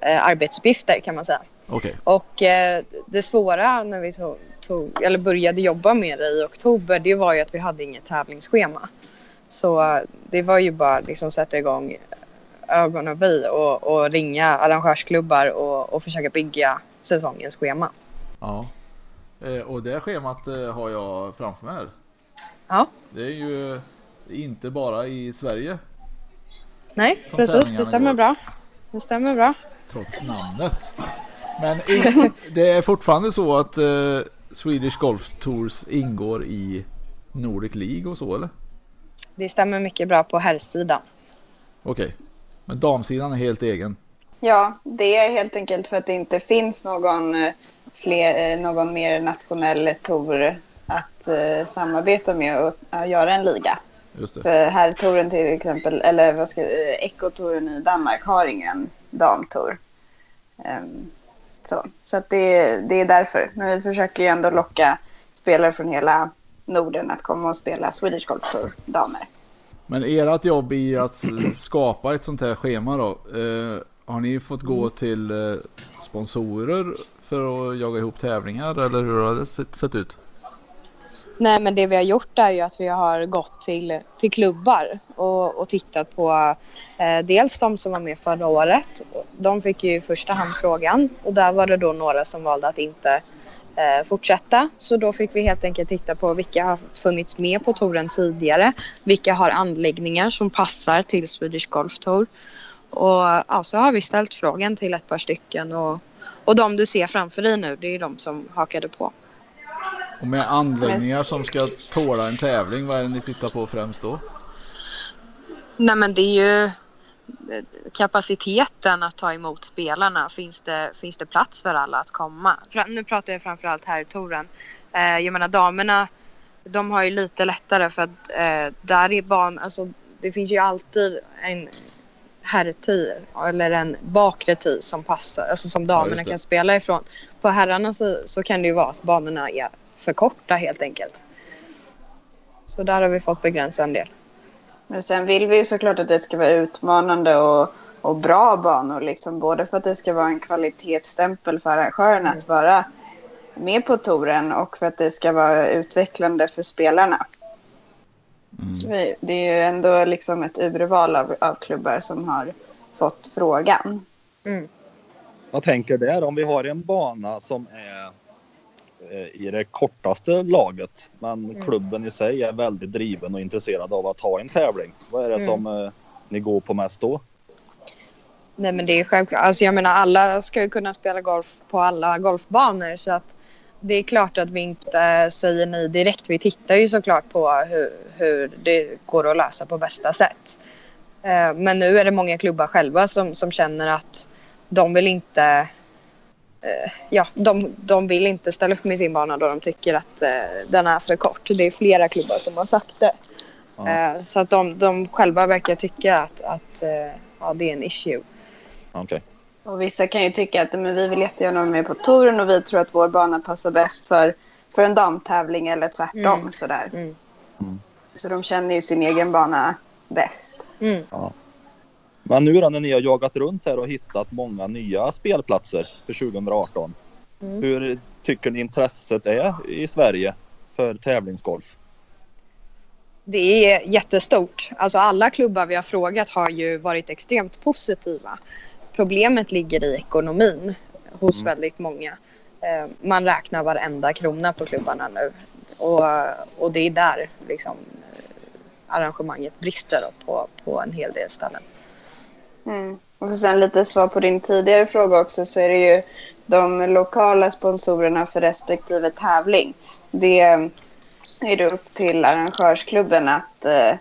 eh, arbetsuppgifter kan man säga.
Okej,
Och eh, det svåra när vi tog, tog, eller började jobba med det i oktober det var ju att vi hade inget tävlingsschema. Så eh, det var ju bara liksom sätta igång ögonen vid och, och ringa arrangörsklubbar och, och försöka bygga säsongens schema.
ja. Eh, Och det schemat eh, har jag framför mig här.
Ja,
Det är ju eh, inte bara i Sverige
nej,
Som
precis.
tävlingarna
Det stämmer
går.
bra. Det stämmer bra.
trots namnet. Men i, det är fortfarande så att eh, Swedish Golf Tours ingår i Nordic League och så eller?
Det stämmer mycket bra på herrsidan.
Okej. Men damsidan är helt egen.
Ja, det är helt enkelt för att det inte finns någon, eh, fler, eh, någon mer nationell tour att eh, samarbeta med och eh, göra en liga.
Just det.
För här touren till exempel, eller vad ska eh, Ecotouren i Danmark har ingen damtour. Ehm, så så att det, det är därför. Men vi försöker ju ändå locka spelare från hela Norden att komma och spela Swedish Golf Tour damer.
Men ert jobb är ju att s- skapa ett sånt här schema då. Eh, Har ni fått gå till eh, sponsorer för att jaga ihop tävlingar eller hur har det sett sett ut?
Nej, men det vi har gjort är ju att vi har gått till, till klubbar och, och tittat på eh, dels de som var med förra året. De fick ju i första hand frågan och där var det då några som valde att inte eh, fortsätta. Så då fick vi helt enkelt titta på vilka har funnits med på touren tidigare. Vilka har anläggningar som passar till Swedish Golf Tour. Och ja, så har vi ställt frågan till ett par stycken och, och de du ser framför dig nu, det är ju de som hakade på.
Och med anläggningar som ska tåla en tävling, vad är det ni tittar på främst då?
Nej men det är ju eh, kapaciteten att ta emot spelarna. Finns det, finns det plats för alla att komma? Fra- Nu pratar jag framförallt här i touren. Eh, jag menar damerna, de har ju lite lättare för att eh, där är ban, alltså det finns ju alltid en herrti eller en bakre ti som passar, alltså som damerna
just det.
kan spela ifrån. På herrarnas si- så kan det ju vara att banorna är för korta helt enkelt. Så där har vi fått begränsa en del.
Men sen vill vi ju såklart att det ska vara utmanande och, och bra banor. Liksom, både för att det ska vara en kvalitetsstämpel för arrangörerna att vara med på touren och för att det ska vara utvecklande för spelarna. Så vi, det är ju ändå liksom ett urval av, av klubbar som har fått frågan.
Jag tänker där om vi har en bana som är eh, i det kortaste laget men klubben i sig är väldigt driven och intresserad av att ha en tävling. Vad är det som eh, ni går på mest då?
Nej men det är självklart. Alltså jag menar alla ska ju kunna spela golf på alla golfbanor så att det är klart att vi inte säger nej direkt. Vi tittar ju såklart på hur, hur det går att lösa på bästa sätt. Eh, Men nu är det många klubbar själva som, som känner att de vill inte eh, Ja, de, de vill inte ställa upp med sin bana då de tycker att eh, den är för kort. Det är flera klubbar som har sagt det.
Ja.
Eh, så att de, de själva verkar tycka att, att eh, ja, det är en issue.
Okej.
Och vissa kan ju tycka att men vi vill jättegärna vara med på touren och vi tror att vår bana passar bäst för, för en damtävling eller tvärtom.
Mm.
Sådär.
Mm.
Mm.
Så de känner ju sin egen bana bäst.
Mm.
Men nu då när ni har jagat runt här och hittat många nya spelplatser för 2018.
Mm.
Hur tycker ni intresset är i Sverige för tävlingsgolf?
Det är jättestort. Alltså alla klubbar vi har frågat har ju varit extremt positiva. Problemet ligger i ekonomin hos väldigt många. Eh, Man räknar varenda krona på klubbarna nu och, och det är där liksom eh, arrangemanget brister då på, på en hel del ställen.
Mm. Och för sen lite svar på din tidigare fråga också så är det ju de lokala sponsorerna för respektive tävling. Det är det upp till arrangörsklubben att, eh,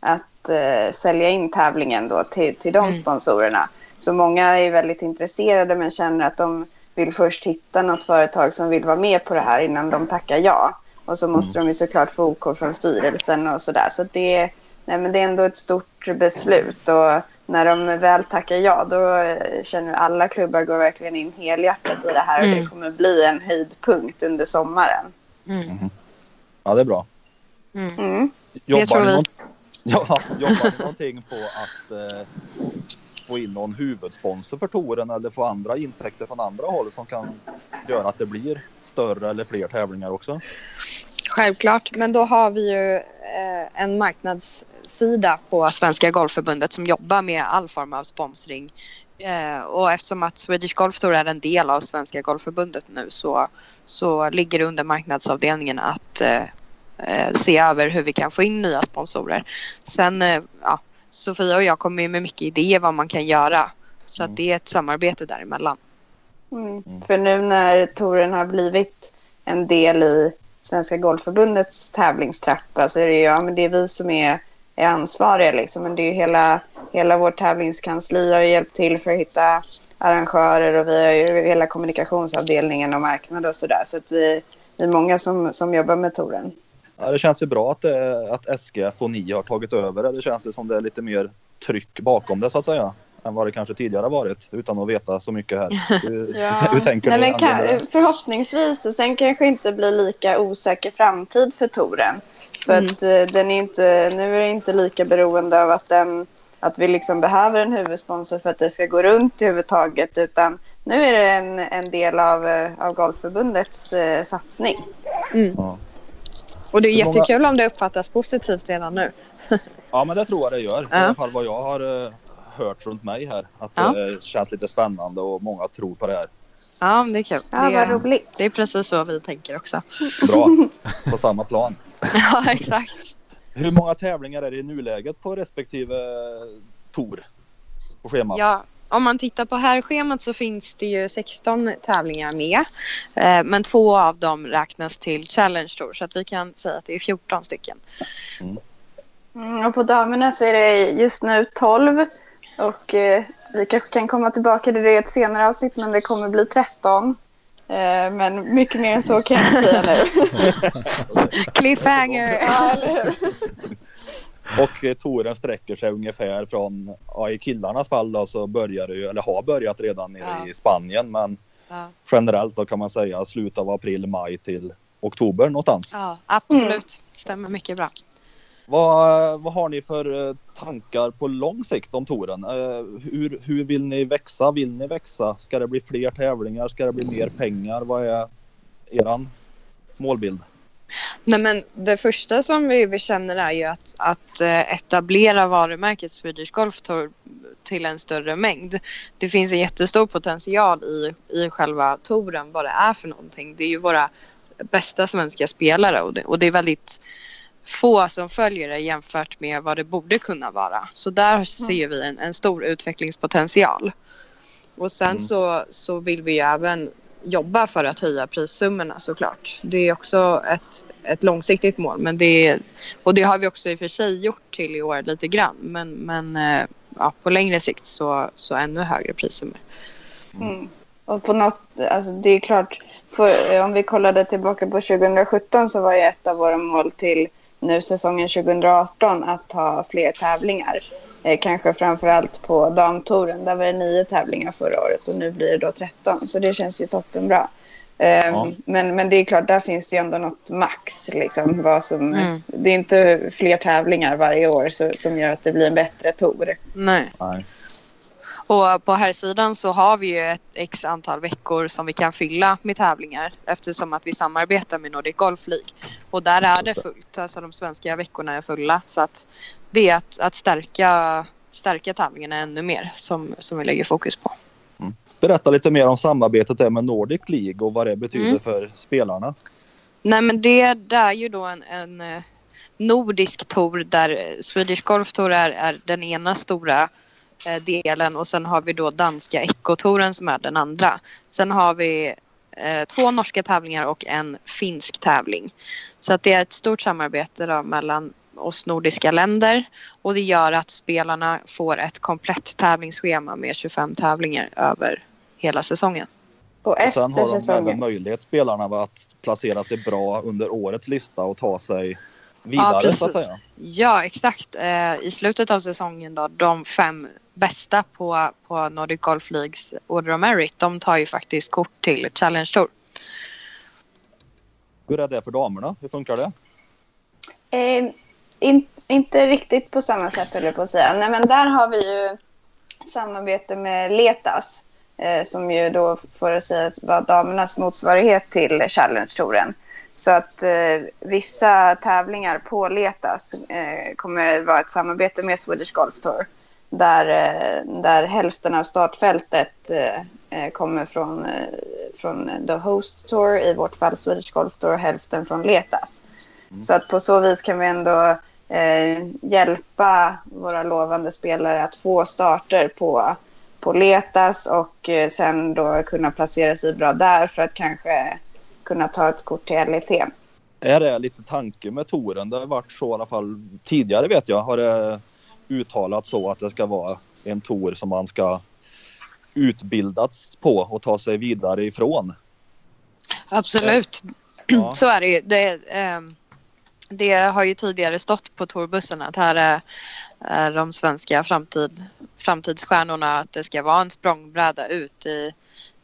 att eh, sälja in tävlingen då till, till de sponsorerna. Så många är väldigt intresserade men känner att de vill först hitta något företag som vill vara med på det här innan de tackar ja. Och så måste de ju såklart få OK från styrelsen och sådär. Så att det är Nej, men det är ändå ett stort beslut och när de väl tackar ja då eh, känner alla klubbar går verkligen in helhjärtat i det här och
Mm.
det kommer bli en höjdpunkt under sommaren.
Ja det är bra.
Mm.
Jobbar,
tror
ni,
vi.
någon... ja, jobbar ni någonting på att eh, få in någon huvudsponsor för touren eller få andra intäkter från andra håll som kan göra att det blir större eller fler tävlingar också?
Självklart, men då har vi ju eh, en marknadssida på Svenska Golfförbundet som jobbar med all form av sponsring. Eh, och eftersom att Swedish Golf Tour är en del av Svenska Golfförbundet nu så, så ligger det under marknadsavdelningen att eh, eh, se över hur vi kan få in nya sponsorer. Sen, eh, ja, Sofia och jag kommer ju med mycket idéer vad man kan göra. Så att det är ett samarbete däremellan.
Mm. För nu när touren har blivit en del i Svenska Golfförbundets tävlingstrappa så är det ju ja, men det är vi som är, är ansvariga. Liksom. Men det är ju hela, hela vårt tävlingskansli har ju hjälpt till för att hitta arrangörer och vi har ju hela kommunikationsavdelningen och marknad och sådär. Så att vi, vi är många som, som jobbar med touren.
Ja, det känns ju bra att, eh, att SGF och ni har tagit över det. Det känns ju som det är lite mer tryck bakom det så att säga. Än vad det kanske tidigare varit utan att veta så mycket här. Hur, hur tänker
Nej,
ni?
men
angående det?
kan, förhoppningsvis. Och sen kanske inte blir lika osäker
Mm.
framtid för touren. För att eh, den är inte, nu är det inte lika beroende av att den att vi liksom behöver en huvudsponsor för att det ska gå runt överhuvudtaget utan nu är det en, en del av, eh, av Golfförbundets eh, satsning.
Ja.
Och det är
Hur många-
jättekul om det uppfattas positivt redan nu.
ja men det tror jag det gör. I
Ja.
alla fall vad jag har eh, hört runt mig här. Att
Ja.
det känns lite spännande och många tror på det här.
Ja, men det är kul.
Ja,
det,
vad
är,
roligt.
det är precis så vi tänker också.
Bra. på samma plan.
ja, exakt.
Hur många tävlingar är det i nuläget på respektive tour? På schemat?
Ja, om man tittar på här schemat så finns det ju 16 tävlingar med. Eh, Men två av dem räknas till Challenge Tour så att vi kan säga att det är 14 stycken.
Mm, och på damerna så är det just nu 12 och eh, vi kanske kan komma tillbaka till det i ett senare avsnitt men det kommer bli 13. Eh, men mycket mer än så kan jag inte säga nu.
Cliffhanger!
ja, eller hur?
Och eh, touren sträcker sig ungefär från, ja, i killarnas fall då, så börjar det ju, eller har börjat redan nere
Ja.
i Spanien men
Ja,
generellt då kan man säga slutet av april, maj till oktober någonstans.
ja absolut. Stämmer mycket bra.
Vad, vad har ni för eh, tankar på lång sikt om touren? Eh, Hur, hur vill ni växa? Vill ni växa? Ska det bli fler tävlingar? Ska det bli mer pengar? Vad är eran målbild?
Nej, men det första som vi bekänner är ju att, att eh, etablera varumärket Swedish Golf Tour till en större mängd. Det finns en jättestor potential i, i själva touren, vad det är för någonting. Det är ju våra bästa svenska spelare och det, och det är väldigt få som följer det jämfört med vad det borde kunna vara. Så där ser ju vi en, en stor utvecklingspotential. Och sen
Mm.
så, så vill vi ju även jobba för att höja prissummorna såklart. Det är också ett, ett långsiktigt mål. Men det är, och det har vi också i och för sig gjort till i år lite grann. Men, men eh, ja, på längre sikt så, så ännu högre prissummor.
Mm. Och på något, alltså det är klart, för, eh, om vi kollade tillbaka på 2017 så var ju ett av våra mål till nu säsongen 2018 att ha fler tävlingar. Eh, kanske framförallt på damtouren, där var det nio tävlingar förra året och nu blir det då 13. Så det känns ju toppenbra. Eh,
Ja.
men, men det är klart, där finns det ju ändå något max. Liksom, vad som,
Mm.
Det är inte fler tävlingar varje år så, som gör att det blir en bättre tour.
Nej.
Nej.
Och på här sidan så har vi ju ett x antal veckor som vi kan fylla med tävlingar eftersom att vi samarbetar med Nordic Golf League. Och där är det fullt, alltså de svenska veckorna är fulla. Så att det är att, att stärka, stärka tävlingarna ännu mer som, som vi lägger fokus på.
Berätta lite mer om samarbetet där med Nordic League och vad det betyder
Mm.
för spelarna.
Nej men det, det är ju då en, en eh, nordisk tour där eh, Swedish Golf Tour är, är den ena stora eh, delen och sen har vi då danska Ecotouren som är den andra. Sen har vi eh, två norska tävlingar och en finsk tävling. Så att det är ett stort samarbete då mellan oss nordiska länder och det gör att spelarna får ett komplett tävlingsschema med 25 tävlingar över hela säsongen.
Och
Och sen
efter
har de även
säsongen.
möjlighet, spelarna, va, att placera sig bra under årets lista och ta sig
Ja,
vidare
precis.
så att säga.
Ja, exakt. Eh, I slutet av säsongen då, de fem bästa på, på Nordic Golf Leagues Order of Merit, de tar ju faktiskt kort till Challenge Tour.
Hur är det för damerna? Hur funkar det?
Eh, in, inte riktigt på samma sätt höll jag på att säga. Nej, men där har vi ju samarbete med Letas. Eh, som ju då får att säga var damernas motsvarighet till Challenge-touren. Så att eh, vissa tävlingar på Letas eh, kommer vara ett samarbete med Swedish Golf Tour. Där, eh, där hälften av startfältet eh, eh, kommer från, eh, från The Host Tour, i vårt fall Swedish Golf Tour, och hälften från Letas. Så att på så vis kan vi ändå eh, hjälpa våra lovande spelare att få starter på, på Letas och eh, sen då kunna placera sig bra där för att kanske kunna ta ett kort till E LET.
Är det lite tanke med touren? Det har varit så i alla fall tidigare vet jag. Har det uttalat så att det ska vara en tour som man ska utbildats på och ta sig vidare ifrån.
Absolut,
Ja.
så är det ju. Det, ehm, det har ju tidigare stått på tourbussen att här är, är de svenska framtid, framtidsstjärnorna, att det ska vara en språngbräda ut i,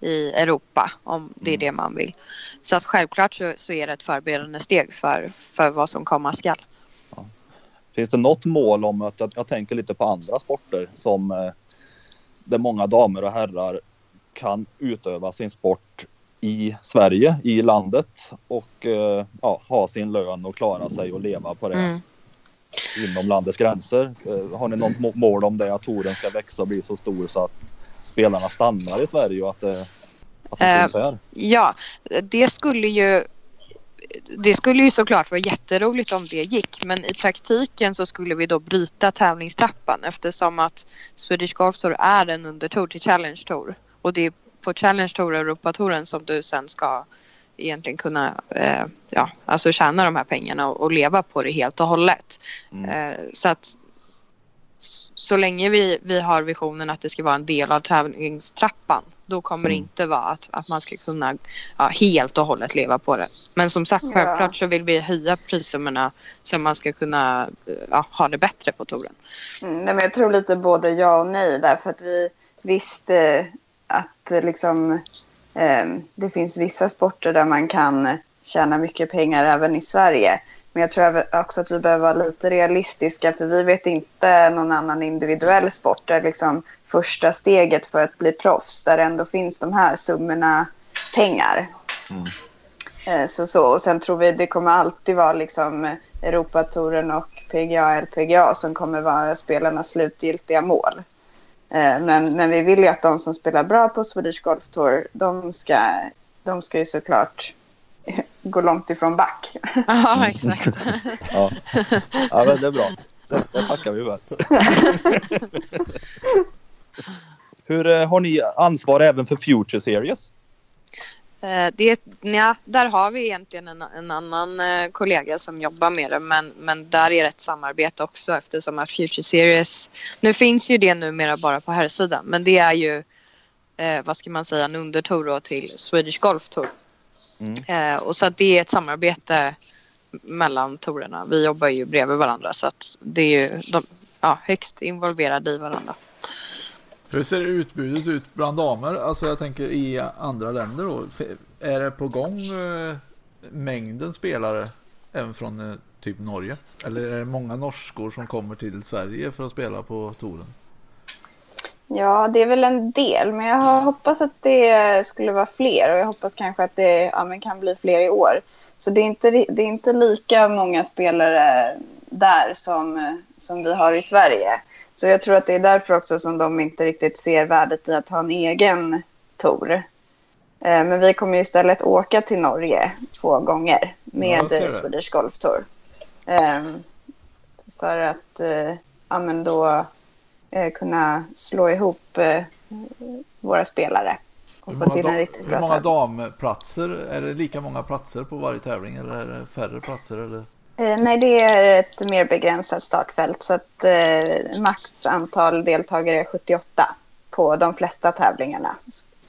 i Europa om det är det man vill. Så att självklart så, så är det ett förberedande steg för, för vad som komma skall.
Finns det något mål om att, att jag tänker lite på andra sporter som eh, där många damer och herrar kan utöva sin sport i Sverige, i landet och eh, ja, ha sin lön och klara sig och leva på det
Mm.
inom landets gränser. Eh, Har ni något må- mål om det, att touren ska växa och bli så stor så att spelarna stannar i Sverige och att det, att det
Eh,
finns här?
Ja, det skulle ju det skulle ju såklart vara jätteroligt om det gick men i praktiken så skulle vi då bryta tävlingstrappan eftersom att Swedish Golf Tour är en undertour till Challenge Tour och det är på Challenge Tour och Europatouren som du sen ska egentligen kunna eh, ja, alltså tjäna de här pengarna och, och leva på det helt och hållet. Eh, så att s- så länge vi, vi har visionen att det ska vara en del av tävlingstrappan då kommer det inte vara att, att man ska kunna ja, helt och hållet leva på det. Men som sagt,
Ja.
självklart så vill vi höja prissummorna så man ska kunna eh, ja, ha det bättre på touren.
Mm, nej, men jag tror lite både ja och nej därför att vi visste att eh, liksom, eh, det finns vissa sporter där man kan tjäna mycket pengar även i Sverige. Men jag tror även- också att vi behöver vara lite realistiska för vi vet inte någon annan individuell sport där liksom första steget för att bli proffs där ändå finns de här summorna pengar. Eh, Så, så. Och sen tror vi det kommer alltid vara liksom Europatouren och PGA LPGA som kommer vara spelarnas slutgiltiga mål. Eh, Men, men vi vill ju att de som spelar bra på Swedish Golf Tour, de ska, de ska ju såklart gå långt ifrån back.
Ja, exakt.
Ja. ja, men det är bra. Det, det tackar vi väl. Hur eh, har ni ansvar även för Future Series?
Eh, Det, ja, där har vi egentligen en, en annan eh, kollega som jobbar med det men, men där är det ett samarbete också eftersom att Future Series, nu finns ju det numera bara på här sidan men det är ju eh, vad ska man säga en undertour då till Swedish Golf Tour.
Mm.
Eh, och så att det är ett samarbete mellan tourerna. Vi jobbar ju bredvid varandra så att det är ju de, ja, högst involverade i varandra.
Hur ser utbudet ut bland damer? Alltså jag tänker i andra länder då. F- Är det på gång eh, mängden spelare även från eh, typ Norge? Eller är det många norskor som kommer till Sverige för att spela på touren?
Ja, det är väl en del, men jag har- hoppas att det skulle vara fler och jag hoppas kanske att det ja, men kan bli fler i år. Så det är inte, ri- det är inte lika många spelare där som, som vi har i Sverige. Så jag tror att det är därför också som de inte riktigt ser värdet i att ha en egen tour. Eh, Men vi kommer ju istället åka till Norge två gånger
Ja,
med
jag ser
eh,
det.
Swedish Golf Tour. Ehm, För att eh, ja, men då eh, kunna slå ihop eh, våra spelare.
Hur
Och få
många,
till en
da-
riktigt
hur
bra
många
tävling.
damplatser? Är det lika många platser på varje tävling eller är det färre platser? Eller?
Eh, Nej, det är ett mer begränsat startfält. Så att eh, max antal deltagare är 78 på de flesta tävlingarna.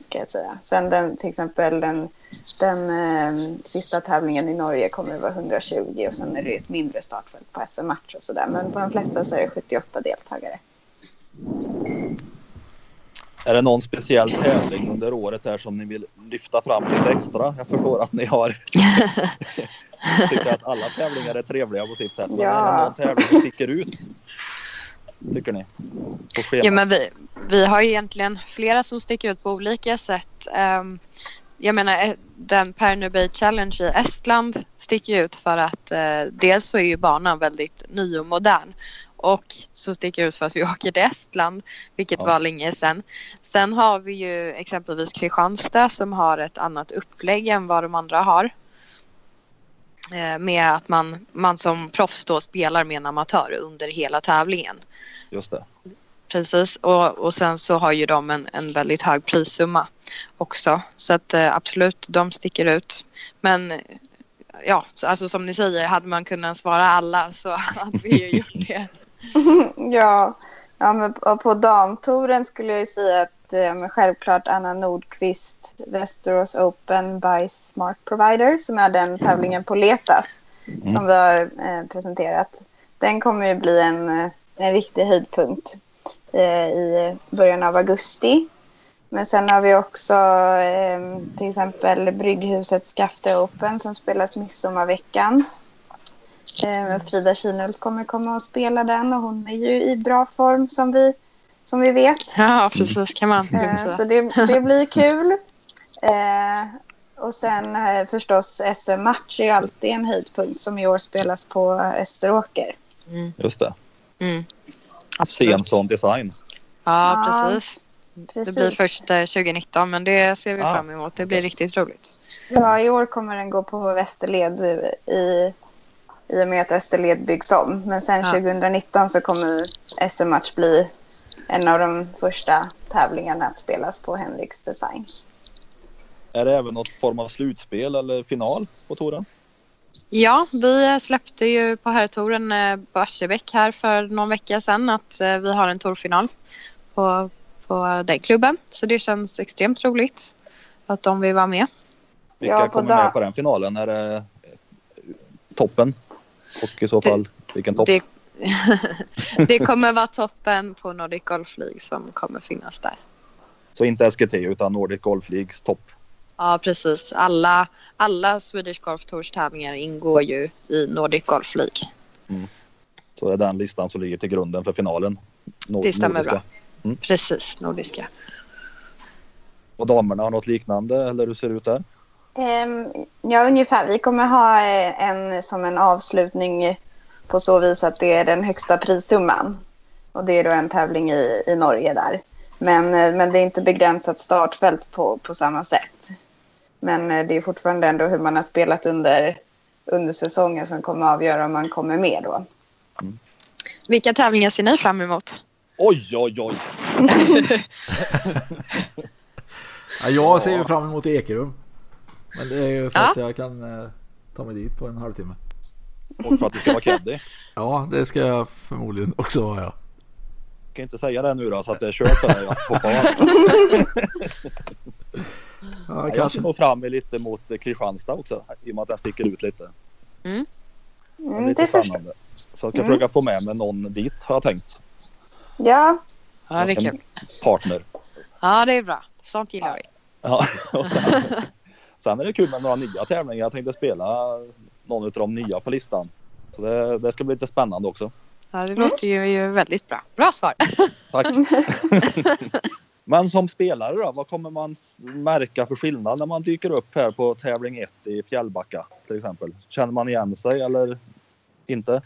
Ska jag säga. Sen den, till exempel den, den eh, sista tävlingen i Norge kommer att vara 120 och sen är det ett mindre startfält på SM-match och sådär. Men på de flesta så är det 78 deltagare.
Är det någon speciell tävling under året här som ni vill lyfta fram lite extra? Jag förstår att ni har tycker att alla tävlingar är trevliga på sitt sätt. Men är det
Ja.
någon tävling som sticker ut? Tycker ni? På schemat?
Ja, men vi, vi har ju egentligen flera som sticker ut på olika sätt. Ehm, jag menar, eh, den Pernobay Challenge i Estland sticker ju ut för att eh, dels så är ju banan väldigt ny och modern och så sticker det ut för att vi åker till Estland, vilket
Ja.
var länge sedan. Sen har vi ju exempelvis Kristianstad som har ett annat upplägg än vad de andra har. Eh, Med att man, man som proffs då spelar med en amatör under hela tävlingen.
Just det.
Precis, och, och sen så har ju de en, en väldigt hög prissumma också. Så att eh, absolut, de sticker ut. Men eh, ja, så- alltså som ni säger, hade man kunnat svara alla så hade vi ju gjort det.
Ja, ja men på, på damtouren skulle jag ju säga att eh, men självklart Anna Nordqvist, Västerås Open by Smart Provider som är den tävlingen på Letas som vi har eh, presenterat. Den kommer ju bli en, eh, en riktig höjdpunkt eh, i början av augusti. Men sen har vi också eh, till exempel Brygghuset Skafte Open som spelas midsommarveckan. Eh, Frida Kinhult kommer komma och spela den och hon är ju i bra form som vi, som vi vet.
Ja, precis. Kan man.
Eh, Så det, det blir kul. Eh, och sen eh, förstås SM-match är alltid en höjdpunkt som i år spelas på Österåker.
Just det.
Mm.
Svensson Design.
Ja,
Ja,
precis. Det
Precis.
blir först eh, 2019, men det ser vi
Ja.
fram emot. Det blir riktigt roligt.
Ja, i år kommer den gå på Västerled i, i och med att Österled byggs om. Men sen
Ja.
2019 så kommer SM-match bli en av de första tävlingarna att spelas på Henriks Design.
Är det även något form av slutspel eller final på touren?
Ja, vi eh, släppte ju på herrtouren eh, på Aschebeck här för någon vecka sedan att eh, vi har en tourfinal på, på den klubben. Så det känns extremt roligt att de vill vara med.
Vilka
Ja, på
kommer
dag-
med på den finalen? Är det eh, toppen? Och i så
Det-
fall vilken topp?
Det, det kommer vara toppen på Nordic Golf League som kommer finnas där.
Så inte SGT utan Nordic Golf Leagues topp.
Ja, precis. Alla, alla Swedish Golf Tours tävlingar ingår ju i Nordic Golf League.
Så det är den listan som ligger till grunden för finalen. Nor-
Det stämmer
nordiska. Mm.
bra. Precis, nordiska.
Och damerna har något liknande eller hur ser det ut där?
Ehm, ja, ungefär. Vi kommer ha eh, en som en avslutning på så vis att det är den högsta prissumman. Och det är då en tävling i, i Norge där. Men, eh, men det är inte begränsat startfält på, på samma sätt. Men eh, det är fortfarande ändå hur man har spelat under, under säsongen som kommer avgöra om man kommer med då.
Vilka tävlingar ser ni fram emot?
Oj, oj, oj!
Ja, jag ser ju fram emot Ekerum. Men det är ju för
Ja.
att jag kan eh, ta mig dit på en halvtimme.
Och för att det ska vara caddy.
Ja, det ska jag förmodligen också vara ja.
Jag kan inte säga det nu då så att det är kört för dig att hoppa av.
ja
Jag
kanske.
ser nog fram emot lite mot eh, Kristianstad också i och med att den sticker ut lite. Den är
Mm,
lite
det förstår
spännande. Så jag ska
Mm.
försöka få med mig någon dit har jag tänkt.
Ja,
Ja, det är
En
kul.
Partner.
Ja, det är bra. Sånt gillar vi.
Ja, och sen, sen är det kul med några nya tävlingar. Jag tänkte spela någon av de nya på listan. Så det, det ska bli lite spännande också.
Ja, det låter ju, ju väldigt bra. Bra svar.
Tack. Men som spelare då, vad kommer man s- märka för skillnad när man dyker upp här på tävling 1 i Fjällbacka till exempel? Känner man igen sig eller inte?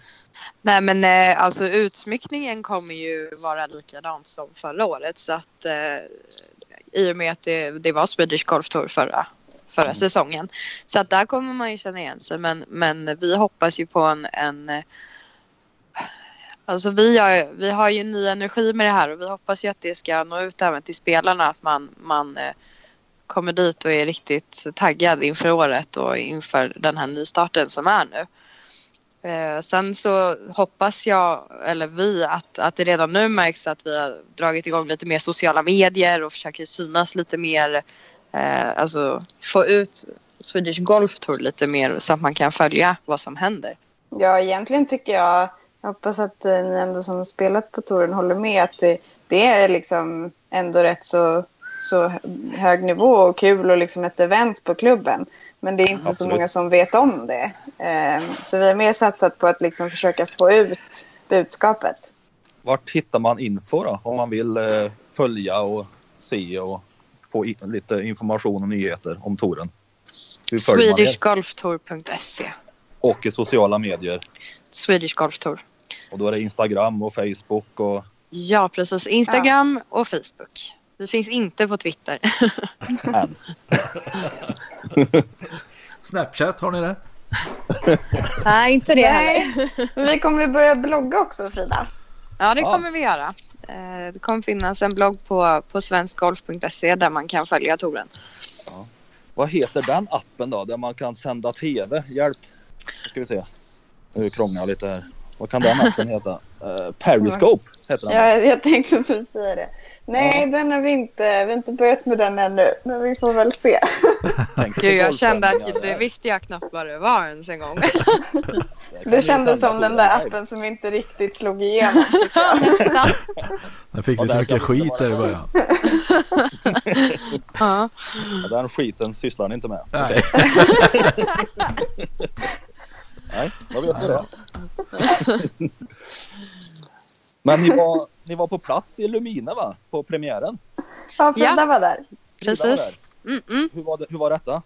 Nej, men eh, alltså utsmyckningen kommer ju vara likadant som förra året. Så att eh, i och med att det, det var Swedish Golf Tour förra, förra säsongen. Så att där kommer man ju känna igen sig. Men, men vi hoppas ju på en... en eh, alltså vi har, vi har ju ny energi med det här och vi hoppas ju att det ska nå ut även till spelarna. Att man, man eh, kommer dit och är riktigt taggad inför året och inför den här nystarten som är nu. Eh, sen så hoppas jag, eller vi, att, att det redan nu märks att vi har dragit igång lite mer sociala medier och försöker synas lite mer. Eh, alltså få ut Swedish Golf Tour lite mer så att man kan följa vad som händer.
Ja, egentligen tycker jag, jag hoppas att eh, ni ändå som har spelat på touren håller med att det, det är liksom ändå rätt så, så hög nivå och kul och liksom ett event på klubben. Men det är inte
Absolut.
så många som vet om det. Eh, Så vi har mer satsat på att liksom försöka få ut budskapet.
Vart hittar man info då om man vill eh, följa och se och få i- lite information och nyheter om touren? Hur följer man er?
Swedishgolftour.se
Och i sociala medier.
Swedish Golf Tour.
Och då är det Instagram och Facebook och
Ja, precis. Instagram och Facebook. Vi finns inte på Twitter.
än.
Snapchat, har ni det?
Nej, inte det
Nej, vi kommer börja blogga också Frida.
Ja, det
Ja.
kommer vi göra. Eh, Det kommer finnas en blogg på, på svenskgolf.se där man kan följa touren.
Vad heter den appen då där man kan sända TV? Hjälp! Nu ska vi se. Nu krånglar jag lite här. Vad kan den appen heta? Eh, Periscope heter den.
Jag, jag tänkte precis säga det. Nej, den har vi inte, vi har inte börjat med den ännu, men vi får väl se.
Tänk
Gud, jag
på
kände att
golfsändningar
det
där.
visste jag knappt vad det var ens en gång.
Där kan
Det
vi
kändes
sända
som den
stora
där
live.
appen som inte riktigt slog igenom.
Nästan.
Den fick
Ja,
lite
där
mycket
kan det
skit
vara.
där i början.
Ja.
Ja, Den skiten sysslar ni inte med.
Nej.
Nej, vad vet ni det? Men ni var, ni var på plats i Lumina va? På premiären?
Ja, Frida
Ja.
var där.
Frida var där.
Precis. Mm -mm.
Hur var, det, hur var detta?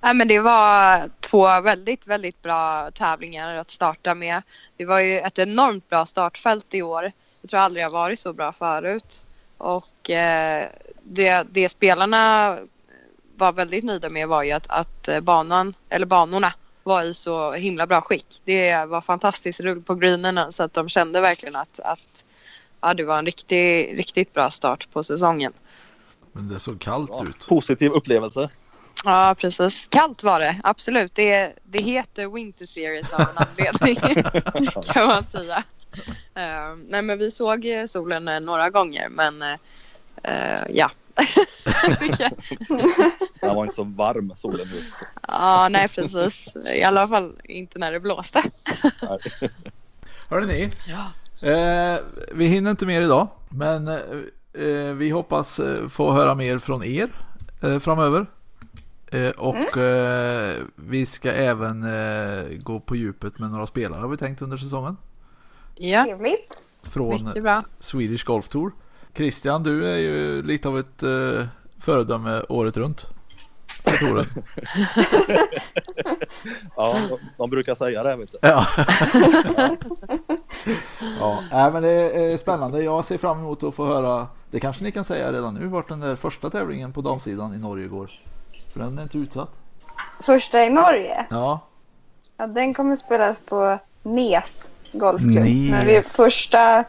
Ja, men det var två väldigt, väldigt bra tävlingar att starta med. Det var ju ett enormt bra startfält i år. Jag tror aldrig jag varit så bra förut. Och eh, det, det spelarna var väldigt nöjda med var ju att, att eh, banan, eller banorna var i så himla bra skick. Det var fantastiskt rull på greenerna så att de kände verkligen att, att ja, det var en riktig, riktigt bra start på säsongen.
Men det såg kallt
Ja,
ut.
positiv upplevelse.
Ja, precis. Kallt var det, absolut. Det, det heter Winter Series av en anledning, kan man säga. Eh, nej, men vi såg eh, solen eh, några gånger, men eh, eh, ja.
Den var inte så varm solen nu.
ja, nej precis. I alla fall inte när det blåste.
Hörde ni?
Ja.
Eh, vi hinner inte mer idag, men eh, eh, vi hoppas eh, få höra mer från er eh, framöver. Eh, och
Mm.
eh, vi ska även eh, gå på djupet med några spelare har vi tänkt under säsongen.
ja,
Trevligt.
Från
mycket bra.
Swedish Golf Tour. Christian, du är ju lite av ett eh, föredöme året runt. Jag tror det.
Ja, de, de brukar säga det vet du.
Ja. ja, nej, men det är eh, spännande. Jag ser fram emot att få höra. Det kanske ni kan säga redan nu vart den där första tävlingen på damsidan i Norge går. För den är inte utsatt.
Första i Norge.
Ja,
Ja, den kommer spelas på Nes golfklubb.
Nes.
Men vi, första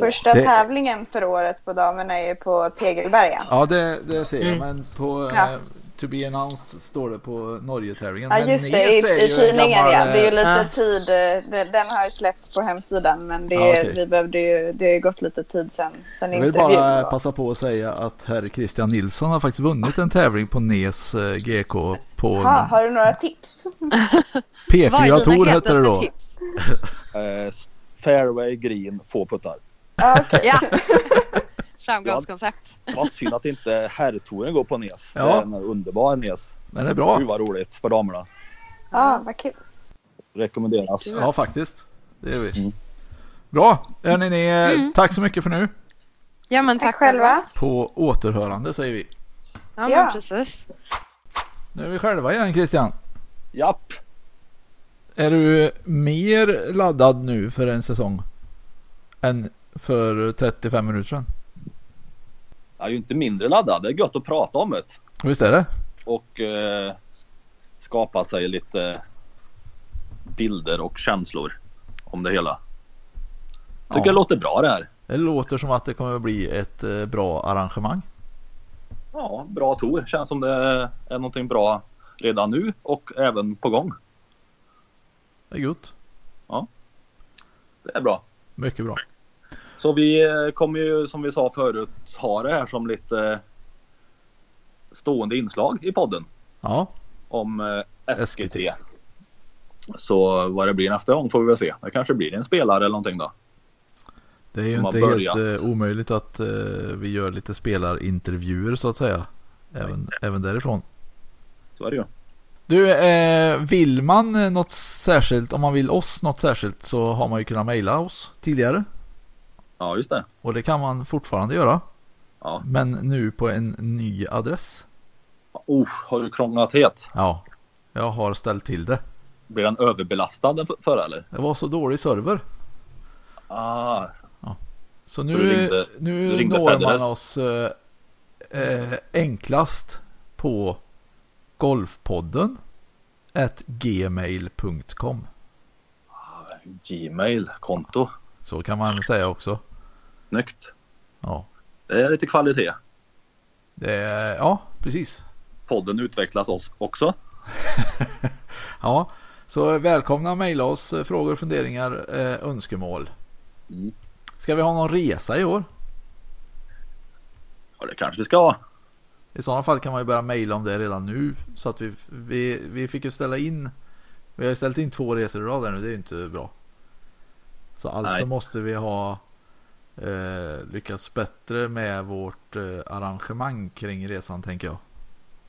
första
Det-
tävlingen för året på damerna är ju på Tegelberga.
ja det, det ser jag. Men på eh,
Mm. Ja.
To be announced står det på Norgetävlingen.
Ja
Men
just
Nes
det, i,
är
i
ju en
tidningen
gammal,
ja. Det är ju
eh,
lite
Ah.
tid, eh, det, den har ju släppts på hemsidan men det,
Ja, okej.
vi behövde ju, det har ju gått lite tid sen, sen
Jag vill
intervjun.
bara
var.
passa på att säga att herr Christian Nilsson har faktiskt vunnit en tävling på Nes eh, GK på
Ha, har du några tips?
Vad är
P4-tour
dina
heter det
hetaste
då.
tips?
Eh, s- fairway, green, få puttar.
Ja, okej.
Ja. Framgångskoncept.
Vad synd att inte herrtouren går på Nes.
Ja.
Det är en underbar Nes.
Den är bra.
Gud vad roligt för damerna.
ja, vad kul.
Rekommenderas.
Ja, faktiskt. Det är vi. Bra, hörni ni. eh, Tack så mycket för nu.
Ja, men
Tack själva.
På återhörande säger vi.
Ja,
Ja.
men precis.
Nu är vi själva igen Christian.
Japp!
Är du mer laddad nu för en säsong? Än för 35 minuter sedan?
Jag är ju inte mindre laddad. Det är gött att prata om det.
Visst är det?
Och eh, skapa sig lite bilder och känslor om det hela. Tycker
Ja.
det låter bra det här.
Det låter som att det kommer att bli ett eh, bra arrangemang.
Ja, bra tour. Känns som det är någonting bra redan nu och även på gång.
Det är gott.
Det är bra.
Mycket bra.
Så vi eh, kommer ju som vi sa förut ha det här som lite stående inslag i podden
Ja,
om eh, SGT.
SGT.
Så vad det blir nästa gång får vi väl se. Det kanske blir en spelare eller någonting då.
det är ju
De har
inte helt
börjat.
eh, omöjligt att eh, vi gör lite spelarintervjuer så att säga. Även, även därifrån.
Så är det ju.
Du, eh, vill man eh, något särskilt, om man vill oss något särskilt så har man ju kunnat mejla oss tidigare.
Ja, just det.
Och det kan man fortfarande göra.
Ja.
Men nu på en ny adress.
Oh, har du krånglat het?
Ja, jag har ställt till det.
Blir den överbelastad den f- förra eller?
Det var så dålig server.
Ah,
Så nu,
du ringde-
nu
du ringde
når man
Federer?
oss eh, eh, enklast på golfpodden at gmail.com.
Gmail-konto.
Så kan man säga också.
Snyggt.
Ja,
Det är lite kvalitet.
det, är- ja precis.
Podden utvecklas oss också.
Ja, så välkomna att mejla oss eh, frågor, funderingar, eh, önskemål.
Mm.
Ska vi ha någon resa i år?
Ja, det kanske vi ska ha.
I sådana fall kan man ju börja mejla om det redan nu. Så att vi, vi, vi fick ju ställa in. Vi har ju ställt in två resor i rad där nu, det är ju inte bra. Så alltså
Nej.
måste vi ha eh, lyckats bättre med vårt eh, arrangemang kring resan tänker jag.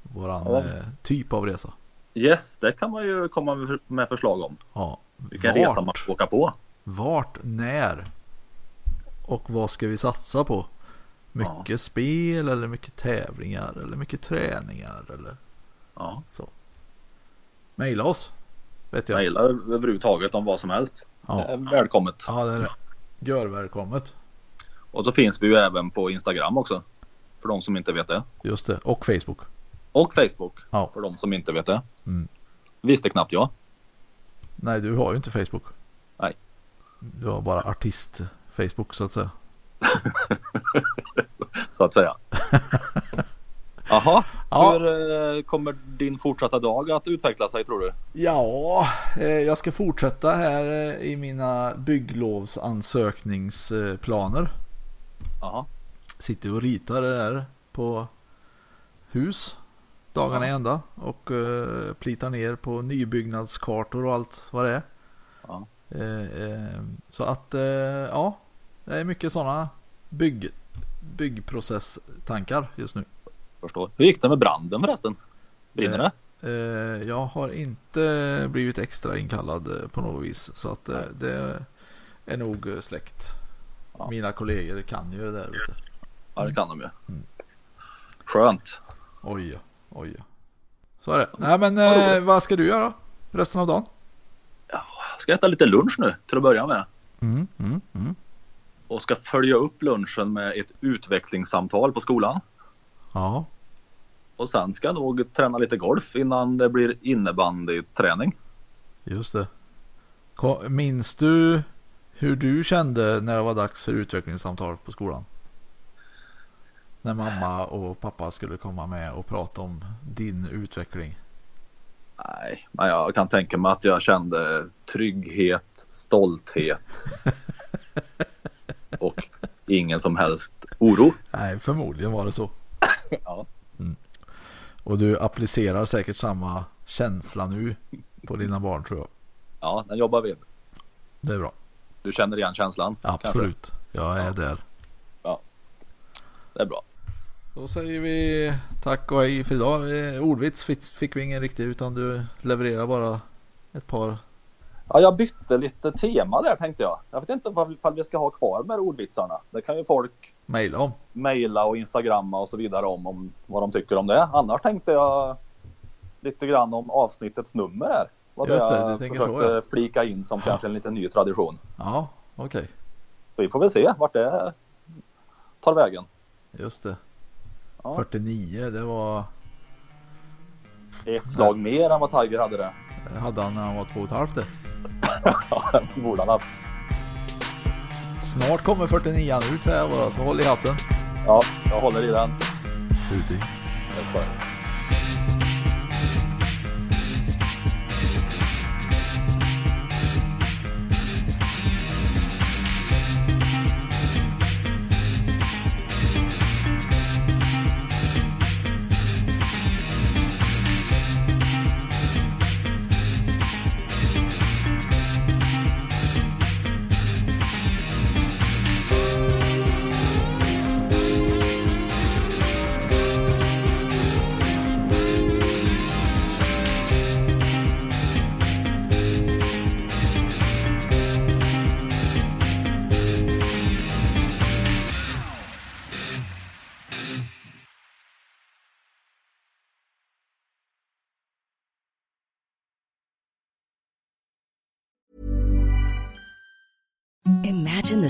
Våran
Ja.
eh, typ av resa.
Yes, det kan man ju komma med- med förslag om.
Ja.
Vilken resa man
Vart,
får åka på.
vart, när? Och vad ska vi satsa på? Mycket spel eller mycket tävlingar eller mycket träningar eller
Ja.
så. Maila oss. Vet jag.
Mejla överhuvudtaget om vad som helst.
Ja.
Eh, Välkommet.
ja, det är det. Gör välkommet.
Och så finns vi ju även på Instagram också. För de som inte vet det.
Just det. Och Facebook.
Och Facebook.
Ja.
För de som inte vet det.
Mm.
Visste knappt jag.
Nej, du har ju inte Facebook.
Nej.
Du har bara artist-Facebook så att säga.
Så att säga. Jaha.
Ja.
Hur eh, kommer din fortsatta dag att utveckla sig tror du?
Ja, eh, jag ska fortsätta här eh, i mina bygglovsansökningsplaner.
Jaha.
Sitter och ritar det där på hus dagarna i ända och eh, plitar ner på nybyggnadskartor och allt vad det är.
Ja.
Eh, eh, så att eh, ja, det är mycket sådana bygg, byggprocesstankar just nu.
Förstår. Hur gick det med branden förresten? Brinner
Eh,
det?
Eh, Jag har inte blivit extra inkallad eh, på något vis. Så att eh, det är nog eh, släkt.
Ja.
Mina kollegor kan ju det där ute.
Ja
Mm.
det kan de ju. Skönt.
Oj, ja, oj. ja. Så är det. Nej men eh, vad ska du göra resten av dagen?
Ska äta lite lunch nu till att börja med.
Mm, mm, mm.
Och ska följa upp lunchen med ett utvecklingssamtal på skolan.
Ja,
Och sen ska jag nog träna lite golf innan det blir innebandyträning.
just det. Ko- Minns du hur du kände när det var dags för utvecklingssamtal på skolan? När mamma och pappa skulle komma med och prata om din utveckling.
Nej, men jag kan tänka mig att jag kände trygghet, stolthet och ingen som helst oro.
Nej, förmodligen var det så.
Ja.
Och du applicerar säkert samma känsla nu på dina barn tror jag.
Ja, den jobbar vi.
Det är bra.
Du känner igen känslan? Kanske?
Absolut. Jag är där.
Ja, det är bra.
Då säger vi tack och hej för idag. Eh, Ordvits fick- fick vi ingen riktigt utan du levererar bara ett par.
Ja, jag bytte lite tema där tänkte jag. Jag vet inte vad- ifall vi ska ha kvar med ordvitsarna. Det kan ju folk
Maila om.
mejla och instagramma och så vidare om, om vad de tycker om det. Annars tänkte jag lite grann om avsnittets nummer här. Vad
Just det,
jag
du tänker så,
försökte
ja.
flika in som kanske en liten ny tradition.
Ja, okej.
Vi får väl se vart det tar vägen.
Just det.
Ja.
49, det var...
Ett slag mer än vad Tiger hade det.
Hade han när han var två och ett halvt det.
Ja, det borde han haft.
Snart kommer 49 ut säger jag bara, så håll i hatten.
Ja, jag håller i den.
Tut i.
Helt korrekt.
Imagine the